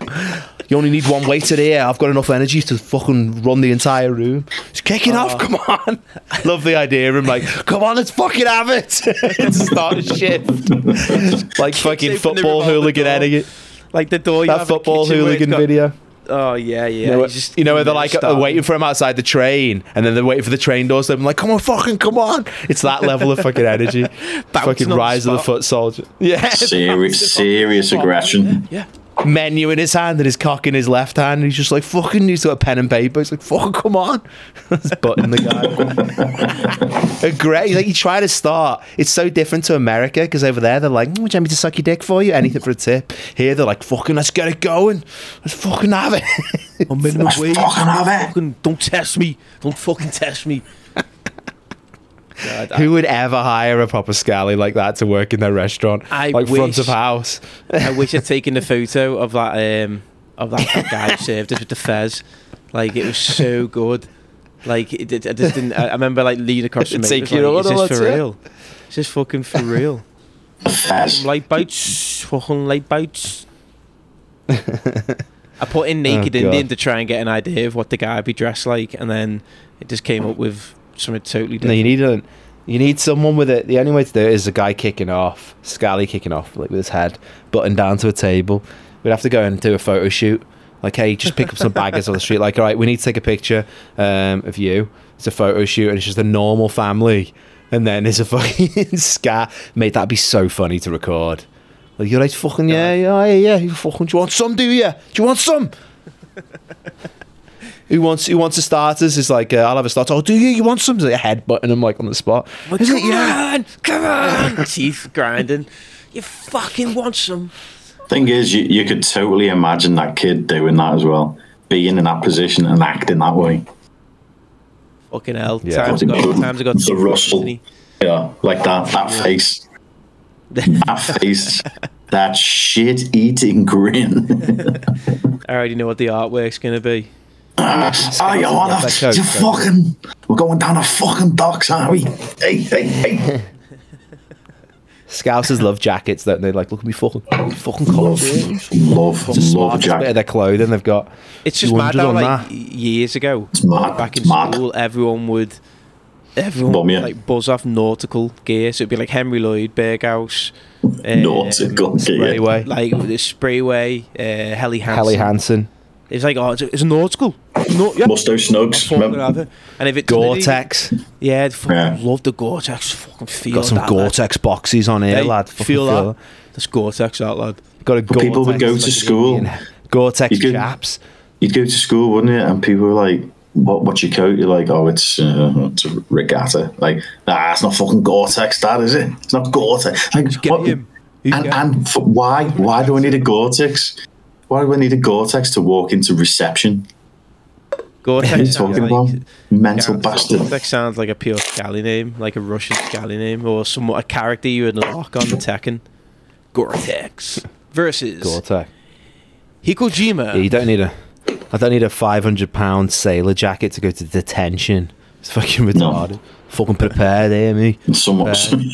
Speaker 2: You only need one waiter here. I've got enough energy to fucking run the entire room. Just kick it
Speaker 4: Oh.
Speaker 2: off, come on. Love the idea of him like, come on, let's fucking have it. to start a shift. like fucking
Speaker 4: open the
Speaker 2: football
Speaker 4: revolver
Speaker 2: hooligan
Speaker 4: door.
Speaker 2: etiquette.
Speaker 4: Like the door you
Speaker 2: That
Speaker 4: have in the
Speaker 2: football
Speaker 4: kitchen where it's
Speaker 2: hooligan
Speaker 4: got-
Speaker 2: video.
Speaker 4: Oh yeah, yeah.
Speaker 2: You know,
Speaker 4: he's
Speaker 2: what-
Speaker 4: just-
Speaker 2: you know where
Speaker 4: he's
Speaker 2: they're
Speaker 4: really
Speaker 2: like uh,
Speaker 4: starving.
Speaker 2: waiting for him outside the train, and then they're waiting for the train doors. They're like, "Come on, fucking, come on!" It's that level of fucking energy, fucking
Speaker 4: on the
Speaker 2: rise of the
Speaker 4: spot.
Speaker 2: foot soldier. Yeah,
Speaker 3: Serious, serious aggression.
Speaker 4: Yeah.
Speaker 2: menu in his hand and his cock in his left hand. And he's just like, "Fucking," he's got a pen and paper. He's like, "Fucking, come on!" He's butting the guy. Aggressive. Like you try to start. It's so different to America because over there they're like, "Mm, "Would you want me to suck your dick for you? Anything for a tip?" Here they're like, "Fucking, let's get it going. Let's fucking have it."
Speaker 4: On minimum
Speaker 3: Let's
Speaker 4: wage.
Speaker 3: fucking have it.
Speaker 4: Fucking don't test me. Don't fucking test me. God, I-
Speaker 2: Who would ever hire a proper scally like that to work in their restaurant?
Speaker 4: I
Speaker 2: like front
Speaker 4: wish.
Speaker 2: of house.
Speaker 4: I wish I'd taken a photo of that um of that, that guy who served us with the fez. Like it was so good. Like it, it, I just didn't. I, I remember like leaning across the
Speaker 2: Take
Speaker 4: Take
Speaker 2: your
Speaker 4: like,
Speaker 2: order,
Speaker 4: is this
Speaker 2: what's
Speaker 4: for
Speaker 2: it?"
Speaker 4: real? Is this fucking for real?
Speaker 3: Fez.
Speaker 4: light bites, fucking light bites. I put in naked
Speaker 2: Oh, God.
Speaker 4: Indian to try and get an idea of what the guy would be dressed like, and then it just came up with something totally
Speaker 2: No, you need
Speaker 4: different.
Speaker 2: a, you need someone with it. The only way to do it is a guy kicking off, scally kicking off, like with his head buttoned down to a table. We'd have to go and do a photo shoot. Like, hey, just pick up some baggers on the street. Like, all right, we need to take a picture um, of you. It's a photo shoot, and it's just a normal family. And then it's a fucking scat. Mate, that'd be so funny to record. Like, you're right, fucking yeah, yeah, yeah, yeah. You fucking, do you want some? Do you? Do you want some? Who wants who wants a starters? It's like uh, I'll have a starter. Oh, do you? You want some? It's Like a head button. I'm like on the spot.
Speaker 4: But
Speaker 2: Is
Speaker 4: come
Speaker 2: it? Yeah.
Speaker 4: on, come on, teeth grinding. You fucking want some?
Speaker 3: Thing is, you, you could totally imagine that kid doing that as well, being in that position and acting that way.
Speaker 4: Fucking hell!
Speaker 2: Yeah.
Speaker 4: Times I got, times I got
Speaker 3: The rustle.
Speaker 4: Anthony.
Speaker 3: Yeah, like that. That face. That face. That shit eating grin.
Speaker 4: I already know what the artwork's gonna be.
Speaker 3: oh, you want
Speaker 2: that
Speaker 3: to?
Speaker 2: coat,
Speaker 3: You
Speaker 2: so-
Speaker 3: fucking. We're going down a fucking docks, aren't we? Hey, hey, hey.
Speaker 2: Scousers love jackets, don't they? Like, look at me fucking fucking
Speaker 3: Love,
Speaker 2: cocky.
Speaker 3: love, love
Speaker 2: Smartest bit of
Speaker 3: jacket.
Speaker 2: their clothing they've got.
Speaker 4: It's just
Speaker 2: You
Speaker 4: mad
Speaker 2: wondered
Speaker 4: how
Speaker 2: on
Speaker 4: like
Speaker 2: that.
Speaker 4: years ago,
Speaker 3: It's mad,
Speaker 4: back in
Speaker 3: it's mad.
Speaker 4: school, everyone would everyone
Speaker 3: Bomb
Speaker 4: would,
Speaker 3: you.
Speaker 4: like buzz off nautical gear. So it'd be like Henry Lloyd, Berghouse, um,
Speaker 3: Nautical gear.
Speaker 2: Anyway,
Speaker 4: like the Sprayway, uh, Helly Hansen.
Speaker 2: Helly Hansen,
Speaker 4: It's like oh, it's, it's nautical. No, yeah.
Speaker 3: Musto Snugs.
Speaker 4: Fucking
Speaker 2: uh,
Speaker 3: Remember?
Speaker 4: have it. And if it
Speaker 2: Gore-Tex.
Speaker 4: yeah, I'd fucking
Speaker 3: Yeah.
Speaker 4: love the Gore-Tex. Fucking feel
Speaker 2: Got some
Speaker 4: that, lad.
Speaker 2: Gore-Tex boxes on here,
Speaker 4: Hey,
Speaker 2: lad. Fucking
Speaker 4: feel that? That's Gore-Tex, that lad.
Speaker 2: that. Got a Gore-Tex.
Speaker 3: people would go to
Speaker 2: fucking
Speaker 3: school.
Speaker 2: Indian- Gore-Tex
Speaker 3: You could-
Speaker 2: chaps.
Speaker 3: You'd go to school, wouldn't you? And people were like, what, what's your coat? You're like, oh, it's, uh, it's a regatta. Like, nah, it's not fucking Gore-Tex, Dad, is it? It's not Gore-Tex. Like,
Speaker 4: get him. You
Speaker 3: And,
Speaker 4: get
Speaker 3: and f- why? Why do I need a Gore-Tex? Why do I need a Gore-Tex to walk into reception?
Speaker 4: Gore-Tex.
Speaker 3: What are you
Speaker 4: sounds
Speaker 3: talking
Speaker 4: like-
Speaker 3: about? Mental
Speaker 4: Yeah,
Speaker 3: bastard.
Speaker 4: Gore-Tex sounds like a pure galley name, like a Russian galley name, or somewhat a character you would lock on Tekken. Gore-Tex versus
Speaker 2: Gore-Tex.
Speaker 4: Hikojima.
Speaker 2: Yeah, you don't need a. I don't need a five hundred pound sailor jacket to go to detention. It's fucking
Speaker 3: No.
Speaker 2: retarded. Fucking prepared, eh, me?
Speaker 3: And someone,
Speaker 4: Uh, Did-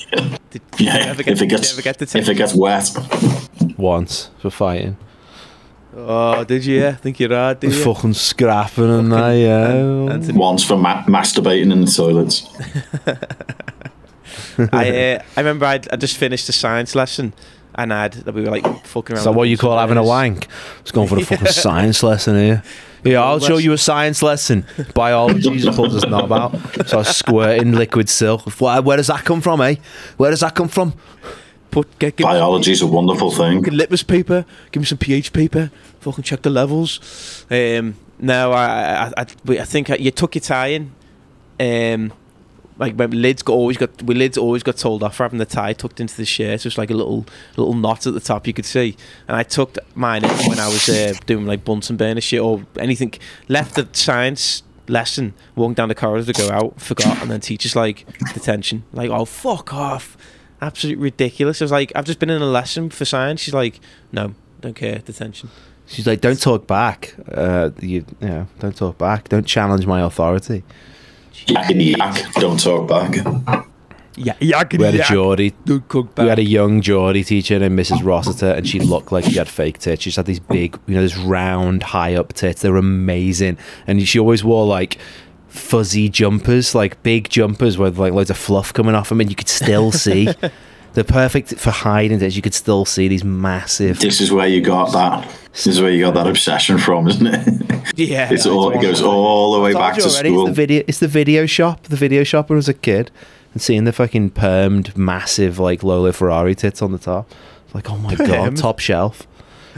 Speaker 4: did you
Speaker 3: yeah,
Speaker 4: ever get-
Speaker 3: if it
Speaker 4: did you
Speaker 3: gets
Speaker 4: ever get the
Speaker 3: if it
Speaker 4: text?
Speaker 3: gets wet,
Speaker 2: Once for fighting,
Speaker 4: Oh, did you? Yeah, I think you're right. Did you?
Speaker 2: fucking scrapping and that, yeah.
Speaker 4: Anthony,
Speaker 3: once for ma- masturbating in the toilets.
Speaker 4: I, uh, I remember I'd, I just finished a science lesson and I'd that we were like fucking around.
Speaker 2: So
Speaker 4: with
Speaker 2: what you
Speaker 4: books
Speaker 2: call
Speaker 4: and
Speaker 2: having a
Speaker 4: this.
Speaker 2: wank? It's going for a fucking science lesson here. Yeah, I'll show you a science lesson. Biology just pulled his knob out. So I was squirting liquid silk. Where, where does that come from, eh? Where does that come from?
Speaker 4: Put, get, give me some
Speaker 3: Biology's a wonderful thing.
Speaker 4: fucking litmus paper. Give me some pH paper. Fucking check the levels. Um, no, I, I, I, we- I think you took your tie in. Um, like my lids got always got we lids always got told off for having the tie tucked into the shirt. So it's like a little little knot at the top you could see. And I tucked mine in when I was uh, doing like Bunsen burner shit or anything. Left the science lesson, walking down the corridor to go out, forgot, and then teachers like detention. Like oh fuck off, absolute ridiculous. I was like I've just been in a lesson for science. She's like no, don't care detention.
Speaker 2: She's like, don't talk back. Uh, you, you know, don't talk back. Don't challenge my authority.
Speaker 3: Yak and yak, don't talk back.
Speaker 4: Yeah, yeah, I could.
Speaker 2: We had a Geordie.
Speaker 4: Don't cook
Speaker 2: We had
Speaker 4: back.
Speaker 2: a young Geordie teacher named Mrs. Rossiter, and she looked like she had fake tits. She just had these big, you know, this round, high up tits. They were amazing. And she always wore like fuzzy jumpers, like big jumpers with like loads of fluff coming off them, and you could still see. They're perfect for hiding tits. You could still see these massive.
Speaker 3: This is where you got that. This is where you got that obsession from, isn't it?
Speaker 4: Yeah,
Speaker 3: It's all it goes all the way
Speaker 2: Told
Speaker 3: back
Speaker 2: you
Speaker 3: to
Speaker 2: already, It's
Speaker 3: school.
Speaker 2: the video. It's the video shop. The video shop when I was a kid, and seeing the fucking permed, massive like Lolo Ferrari tits on the top. It's Like, oh my god,
Speaker 4: Permed?
Speaker 2: top shelf.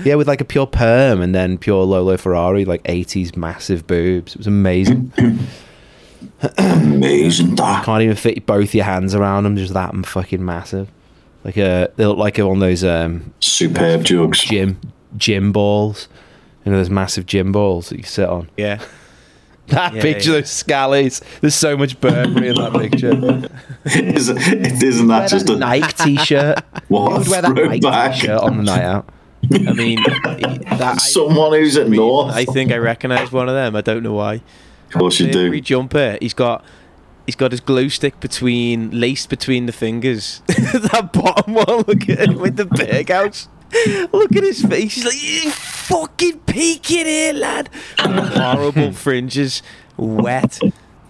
Speaker 2: Yeah, with like a pure perm and then pure Lolo Ferrari, like eighties massive boobs. It was amazing.
Speaker 3: Amazing that.
Speaker 2: Can't even fit both your hands around them. Just that fucking massive. Like a they look like on those um
Speaker 3: Superb jugs.
Speaker 2: gym gym balls. You know those massive gym balls that you sit on.
Speaker 4: Yeah.
Speaker 2: That
Speaker 4: Yeah,
Speaker 2: picture,
Speaker 4: yeah.
Speaker 2: those scallies. There's so much Burberry in that picture.
Speaker 3: isn't, isn't that just a
Speaker 2: Nike t-shirt.
Speaker 3: what
Speaker 2: I
Speaker 3: a
Speaker 2: would wear that
Speaker 3: throwback?
Speaker 2: Nike t-shirt on the night out.
Speaker 4: I mean, that,
Speaker 3: Someone who's at North.
Speaker 4: I think I recognise one of them. I don't know why.
Speaker 3: of course you do.
Speaker 4: Every jumper, he's got, he's got his glow stick between laced between the fingers. that bottom one, look at it with the big outs. Look at his face. He's like, you fucking peek in here, lad. Horrible fringes, wet,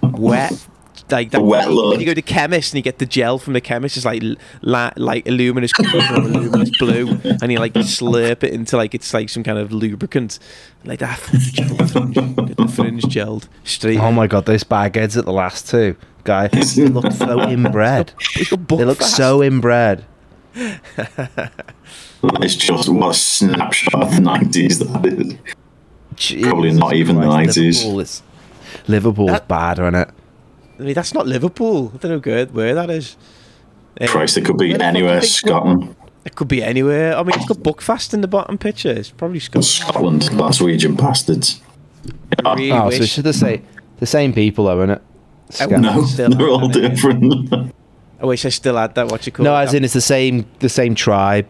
Speaker 4: wet. Like that,
Speaker 3: Wet look.
Speaker 4: when you go to chemist and you get the gel from the chemist, it's like la- like a luminous green or a luminous blue, and you like slurp it into like it's like some kind of lubricant, like that. Gel, get the fringe gelled straight.
Speaker 2: Oh my god, those bagheads at the last two guy. They look so inbred. They look so inbred.
Speaker 3: It's just what a snapshot of the 90s that is. Probably
Speaker 2: Jesus
Speaker 3: not even the Uh,
Speaker 2: Christ,
Speaker 3: 90s.
Speaker 2: Liverpool is, Liverpool's bad, isn't it?
Speaker 4: I mean, that's not Liverpool. I don't know good where that is. Um,
Speaker 3: Christ, it could
Speaker 4: where
Speaker 3: be
Speaker 4: the fuck do you
Speaker 3: anywhere.
Speaker 4: think-
Speaker 3: Scotland.
Speaker 4: It could be anywhere. I mean, it's got Buckfast in the bottom picture. It's probably Scotland.
Speaker 3: Scotland. That's region bastards.
Speaker 4: I really
Speaker 2: Oh, so
Speaker 4: wish.
Speaker 2: it's just the same, the same people, though, isn't it? Scout.
Speaker 3: Uh, No,
Speaker 4: Still
Speaker 3: they're all
Speaker 4: happening.
Speaker 3: different.
Speaker 4: I wish I still had that. What you call?
Speaker 2: No,
Speaker 4: it,
Speaker 2: as in it's the same, the same tribe,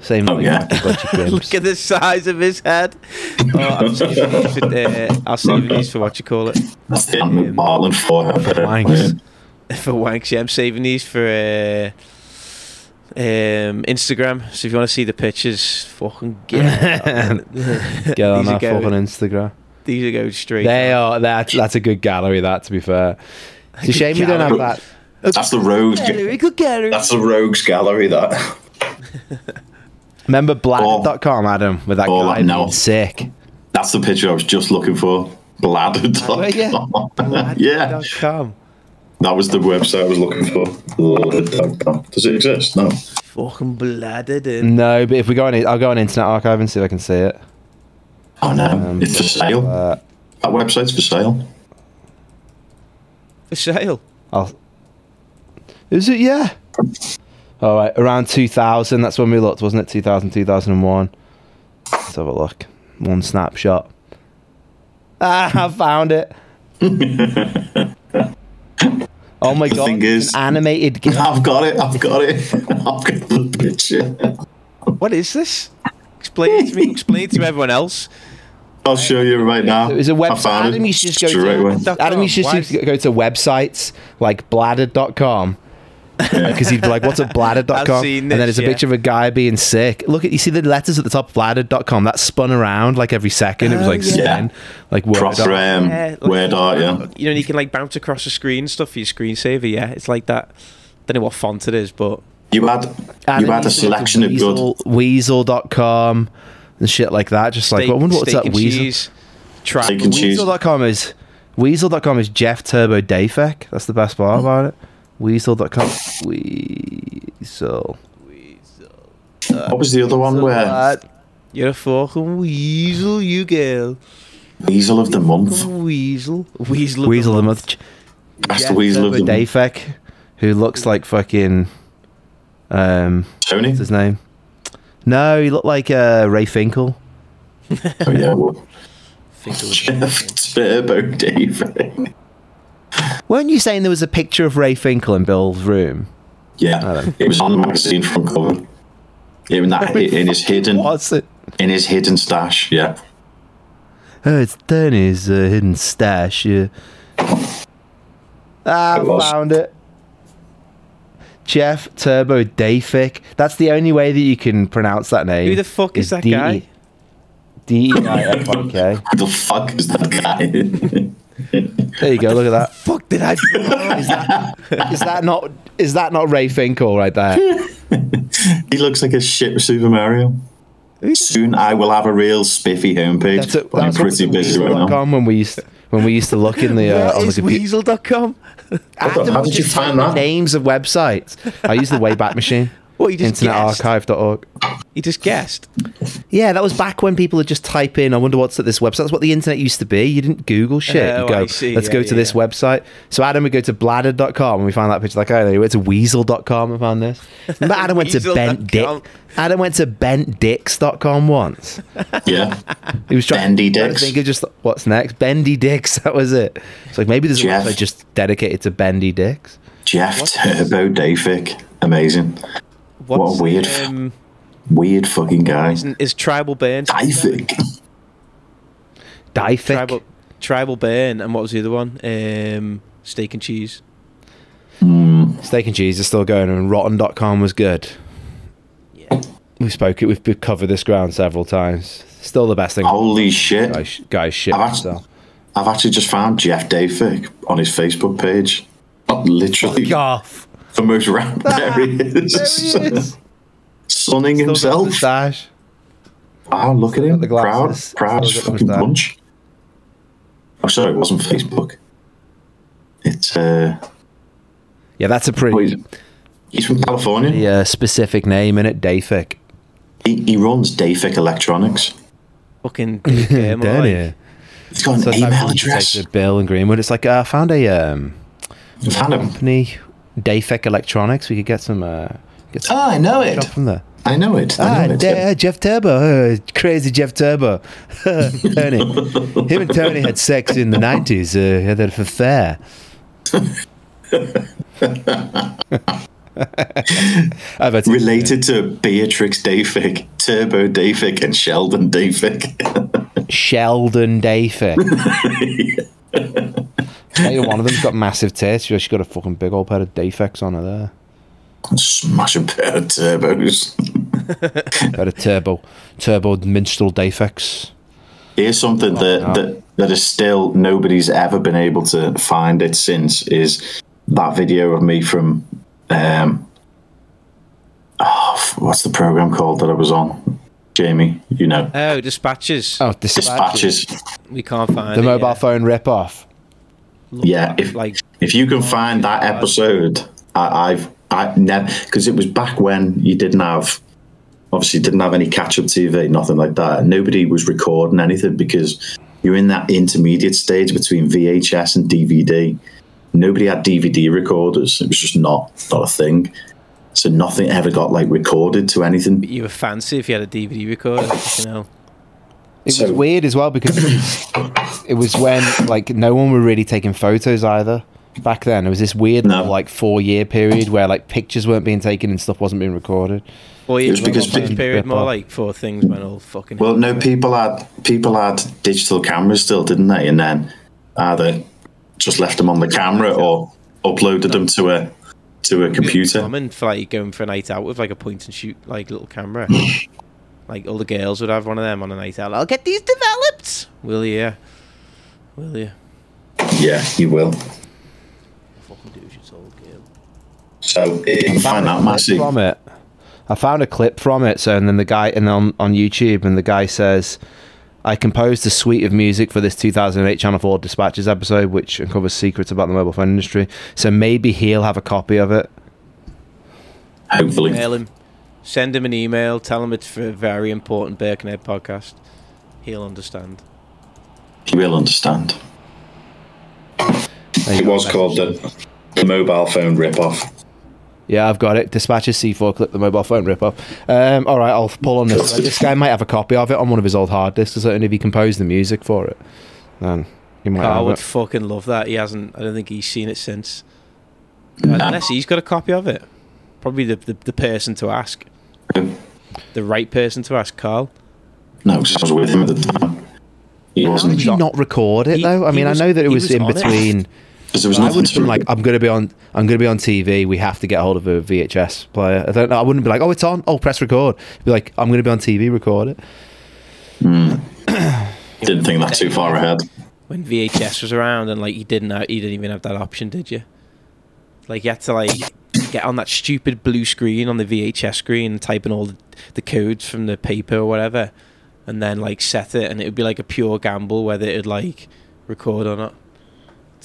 Speaker 2: same.
Speaker 3: Oh,
Speaker 2: like,
Speaker 3: yeah.
Speaker 2: bunch of
Speaker 4: Look
Speaker 2: gimps.
Speaker 4: at the size of his head. Oh, I'm saving these for, uh, I'll save these for what you call it.
Speaker 3: That's the Anne McParland for her.
Speaker 2: Thanks.
Speaker 4: For wanks, yeah, I'm saving these for uh, Um, Instagram. So if you want to see the pictures, fucking get. on it.
Speaker 2: Get on
Speaker 4: These are
Speaker 2: that fucking
Speaker 4: going-
Speaker 2: Instagram.
Speaker 4: These are going straight.
Speaker 2: They are that. That's a good gallery. That to be fair, it's a shame we don't have that.
Speaker 3: That's the rogues. That's the rogues gallery. That
Speaker 2: Remember black.com, Adam, with that
Speaker 3: Oh,
Speaker 2: guy
Speaker 3: no.
Speaker 2: being sick.
Speaker 3: that's the picture I was just looking for. Bladder.
Speaker 2: Were you?
Speaker 3: yeah,
Speaker 2: Come.
Speaker 3: that was the website I was looking for. Bladder.com. Does it exist? No.
Speaker 4: fucking bladdered in.
Speaker 2: No, but if we go on, it, I'll go on Internet Archive and see if I can see it.
Speaker 3: Oh no, it's for sale.
Speaker 2: Uh,
Speaker 3: that website's for sale.
Speaker 4: For sale.
Speaker 2: I'll. Is it? Yeah. All right, around 2000. That's when we looked, wasn't it? 2000, 2001. Let's have a look. One snapshot. Ah, I found it. oh my
Speaker 3: The
Speaker 2: god!
Speaker 3: thing
Speaker 2: it's
Speaker 3: is-
Speaker 2: an animated game.
Speaker 3: I've got it. I've got it. I've got the picture.
Speaker 4: What is this? Explain it to me. Explain it to everyone else.
Speaker 3: I'll show you right now.
Speaker 2: It was a
Speaker 3: I
Speaker 2: website.
Speaker 3: found
Speaker 2: Adam
Speaker 3: it
Speaker 2: used to just go
Speaker 3: straight away.
Speaker 2: to, Adam used to
Speaker 4: Why
Speaker 2: just go to websites like bladder.com because he'd be like, what's a bladder.com?
Speaker 4: I've seen
Speaker 2: And then
Speaker 4: this,
Speaker 2: it's a
Speaker 4: yeah.
Speaker 2: picture of a guy being sick. Look at you see the letters at the top of bladder.com that spun around like every second. It
Speaker 4: Oh,
Speaker 2: was like
Speaker 3: yeah.
Speaker 2: spin, like word
Speaker 3: Proper
Speaker 2: doc-
Speaker 3: um,
Speaker 4: Yeah, like-
Speaker 3: weird art, yeah.
Speaker 4: You know, and you can like bounce across the screen and stuff for your screensaver. Yeah, it's like that. don't know what font it is, but
Speaker 3: You had
Speaker 2: And
Speaker 3: you
Speaker 2: then
Speaker 3: had
Speaker 2: used to go
Speaker 3: a
Speaker 2: to
Speaker 3: selection of good.
Speaker 2: Weasel- Weasel.com and shit like that. Just like,
Speaker 4: steak,
Speaker 2: I wonder what's
Speaker 4: steak
Speaker 2: that
Speaker 4: and
Speaker 2: weasel.
Speaker 4: cheese. Track.
Speaker 3: Steak and cheese.
Speaker 2: Weasel.com is Weasel.com is Jeff Turbo Dayfek. That's the best
Speaker 3: Hmm.
Speaker 2: part about it. Weasel.com. Weasel. uh,
Speaker 3: What was the other one where
Speaker 4: You're a fucking weasel, you girl.
Speaker 3: Weasel of the Month?
Speaker 4: Weasel. Weasel. of
Speaker 2: Weasel of
Speaker 4: the
Speaker 2: the month.
Speaker 3: That's the Weasel of the Month.
Speaker 2: Dayfek, who looks like fucking um
Speaker 3: Tony?
Speaker 2: what's his name? No, he looked like uh Ray Finkel.
Speaker 3: Oh, yeah. well,
Speaker 4: Think it was-
Speaker 3: Jeff Turbo David.
Speaker 2: Weren't you saying there was a picture of Ray Finkel in Bill's room?
Speaker 3: Yeah, it was on the magazine front cover. In, that, in his hidden
Speaker 2: What's it?
Speaker 3: in his hidden stash, yeah.
Speaker 2: Oh, it's Danny's uh, hidden stash. Yeah. Ah,
Speaker 3: It was.
Speaker 2: found it. Jeff Turbo Dayfik. That's the only way that you can pronounce that name.
Speaker 4: Who the fuck is that
Speaker 2: D- E
Speaker 4: guy?
Speaker 2: D E I F I K.
Speaker 3: Who the fuck is that guy?
Speaker 2: There you go. Look at that. Fuck did I? is, that, is that not? Is that not Ray Finkel right there?
Speaker 3: he looks like a shit with Super Mario. Soon I will have a real spiffy homepage.
Speaker 2: That's it.
Speaker 3: but I'm pretty busy right now.
Speaker 2: Weasel.com when we used when we used to look in the uh,
Speaker 4: What
Speaker 2: on the
Speaker 4: is
Speaker 2: computer.
Speaker 4: weasel.com?
Speaker 2: Adam
Speaker 3: How
Speaker 2: was
Speaker 3: did you
Speaker 2: just
Speaker 3: find
Speaker 2: typing
Speaker 3: that?
Speaker 2: Names of websites. I use the Wayback Machine.
Speaker 4: What, you just guessed?
Speaker 2: Internetarchive.org.
Speaker 4: You just guessed.
Speaker 2: Yeah, that was back when people would just type in, I wonder what's at this website. That's what the internet used to be. You didn't Google shit.
Speaker 4: Oh,
Speaker 2: you go,
Speaker 4: I see.
Speaker 2: let's
Speaker 4: Yeah,
Speaker 2: go to
Speaker 4: yeah,
Speaker 2: this
Speaker 4: yeah.
Speaker 2: website. So Adam would go to bladder.com and we found that picture. Like, oh, there you went to weasel.com and found this. Remember Adam went to
Speaker 4: Weasel dot
Speaker 2: bent
Speaker 4: com.
Speaker 2: dick. Adam went to bentdicks.com once.
Speaker 3: Yeah.
Speaker 2: He was trying
Speaker 3: Bendy
Speaker 2: trying
Speaker 3: dicks.
Speaker 2: to think of just what's next. Bendy dicks. That was it. It's like maybe there's
Speaker 3: Jeff.
Speaker 2: a website just dedicated to bendy dicks.
Speaker 3: Jeff Turbo Dayfic. Amazing. What a
Speaker 4: What's,
Speaker 3: weird-
Speaker 4: Um,
Speaker 3: Weird fucking guy.
Speaker 4: is Tribal Burn?
Speaker 3: Dayfic.
Speaker 2: Dific.
Speaker 4: Tribal, Tribal Burn. And what was the other one? Um, steak and cheese.
Speaker 2: Steak and cheese is still going, and rotten.com was good. We spoke it. We've we've covered this ground several times. Still the best thing.
Speaker 3: Holy shit.
Speaker 2: guys, guys shit
Speaker 3: Oh. I've actually-
Speaker 2: himself.
Speaker 3: I've actually just found Jeff Dayfic on his Facebook page. Not literally
Speaker 2: Oh, Off.
Speaker 3: the most random. There he is. Sunning himself.
Speaker 2: Moustache.
Speaker 3: Wow, look at
Speaker 2: got
Speaker 3: him.
Speaker 2: the
Speaker 3: Proud.
Speaker 2: glasses.
Speaker 3: Proud as
Speaker 2: Still got the
Speaker 3: fucking
Speaker 2: moustache.
Speaker 3: punch. I'm sorry, it wasn't Facebook. It's, uh,
Speaker 2: Yeah, that's a
Speaker 3: well,
Speaker 2: pretty
Speaker 3: he's, he's from California.
Speaker 2: uh, specific name in it. Dayfic.
Speaker 3: He, he runs Dayfic Electronics.
Speaker 4: Fucking Dave Gilmore, like,
Speaker 3: He's got an
Speaker 2: So sometimes
Speaker 3: email
Speaker 2: you can
Speaker 3: address.
Speaker 2: take the Bill in Greenwood. It's like uh, I found a um,
Speaker 3: I found him.
Speaker 2: company, Dayfic Electronics. We could get some. Uh, get some
Speaker 3: Oh, I know it.
Speaker 2: shop from there.
Speaker 3: I know it. I
Speaker 2: Ah,
Speaker 3: know it.
Speaker 2: Da- uh, Jeff Turbo, uh, crazy Jeff Turbo. Tony, him and Tony had sex in the nineties. Uh, had an affair. I've had
Speaker 3: Related to Beatrix Dayfic, Turbo Dayfic, and Sheldon Dayfic.
Speaker 2: Sheldon Dayfic. Tell you, one of them's got massive tits. She's got a fucking big old pair of Dayfics on her there.
Speaker 3: and smash a pair of turbos.
Speaker 2: Got a turbo, turbo minstrel defects.
Speaker 3: Here's something that, that that is still nobody's ever been able to find it since is that video of me from um oh, f- what's the program called that I was on? Jamie, you know.
Speaker 4: Oh, dispatches.
Speaker 2: Oh, dispatches.
Speaker 3: Dispatches.
Speaker 4: We can't find
Speaker 2: The
Speaker 4: it,
Speaker 2: mobile
Speaker 4: yeah.
Speaker 2: phone rip off.
Speaker 3: Yeah, if
Speaker 4: like-
Speaker 3: if you can find that episode, I, I've I never because it was back when you didn't have obviously didn't have any catch up TV, nothing like that. Nobody was recording anything because you're in that intermediate stage between VHS and DVD. Nobody had DVD recorders; it was just not not a thing. So nothing ever got like recorded to anything.
Speaker 4: You were fancy if you had a DVD recorder, you know.
Speaker 2: It was
Speaker 3: So-
Speaker 2: weird as well because it was when like no one were really taking photos either back then. It was this weird
Speaker 3: No.
Speaker 2: like four year period where like pictures weren't being taken and stuff wasn't being recorded.
Speaker 4: Well, yeah,
Speaker 3: was because
Speaker 4: because
Speaker 3: pe-
Speaker 4: period more
Speaker 2: people-
Speaker 4: like four things went all fucking.
Speaker 3: Well, no, people had people had digital cameras still, didn't they? And then either just left them on the camera or uploaded them to a to a computer.
Speaker 4: common for like going for a night out with like a point and shoot like little camera. like all the girls would have one of them on a night out. I'll get these developed. Will you? Will you?
Speaker 3: Yeah, you will.
Speaker 4: Fucking do as you're told, girl.
Speaker 3: So eh, find that massive.
Speaker 2: from it. I found a clip from it. So, and then the guy, and on on YouTube, and the guy says, "I composed a suite of music for this 2008 Channel 4 Dispatches episode, which uncovers secrets about the mobile phone industry. So maybe he'll have a copy of it."
Speaker 3: Hopefully,
Speaker 4: Mail him. Send him an email. Tell him it's for a very important Birkenhead podcast. He'll understand.
Speaker 3: you will understand.
Speaker 2: There you
Speaker 3: It
Speaker 2: go.
Speaker 3: was called the the mobile phone ripoff.
Speaker 2: Yeah, I've got it. Dispatches C4 clip the mobile phone rip up. Um, all right, I'll pull on this. This guy might have a copy of it on one of his old hard disks. So only if he composed the music for it, then he might.
Speaker 4: I
Speaker 2: have
Speaker 4: would
Speaker 2: it.
Speaker 4: fucking love that. He hasn't. I don't think he's seen it since. Unless he's got a copy of it. Probably the, the, the person to ask. The right person to ask, Carl.
Speaker 3: No, 'cause I was with him at the time. He wasn't
Speaker 2: Did you not record it
Speaker 4: He-
Speaker 2: though? I
Speaker 4: he
Speaker 2: mean,
Speaker 4: was-
Speaker 2: I know that it
Speaker 4: he
Speaker 2: was,
Speaker 4: was
Speaker 2: in
Speaker 4: on it.
Speaker 2: between.
Speaker 3: because there was
Speaker 2: I
Speaker 3: nothing
Speaker 2: would have
Speaker 3: to
Speaker 2: been like, I'm gonna be on, I'm gonna be on TV. We have to get hold of a VHS player. I don't know. I wouldn't be like, oh, it's on. Oh, press record. be like, I'm gonna be on TV. Record it.
Speaker 3: Hmm. Didn't think that too far ahead.
Speaker 4: When VHS was around and like you didn't have, you didn't even have that option, did you? Like you had to like get on that stupid blue screen on the VHS screen and type in all the, the codes from the paper or whatever and then like set it and it would be like a pure gamble whether it would like record or not.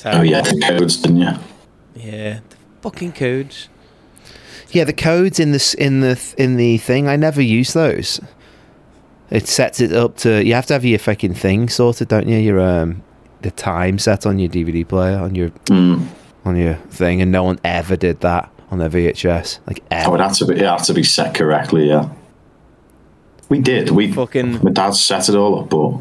Speaker 3: Oh yeah, the codes, didn't you?
Speaker 4: Yeah. The fucking codes.
Speaker 2: Yeah, the codes in this in the th- in the thing. I never use those. It sets it up to. You have to have your fucking thing sorted, don't you? Your um, the time set on your DVD player on your
Speaker 3: Hmm.
Speaker 2: on your thing, and no one ever did that on their VHS. Like
Speaker 3: I would
Speaker 2: ever.
Speaker 3: have to be. It had to be set correctly. Yeah, we did. We
Speaker 4: Fucking-
Speaker 3: My dad set it all up, but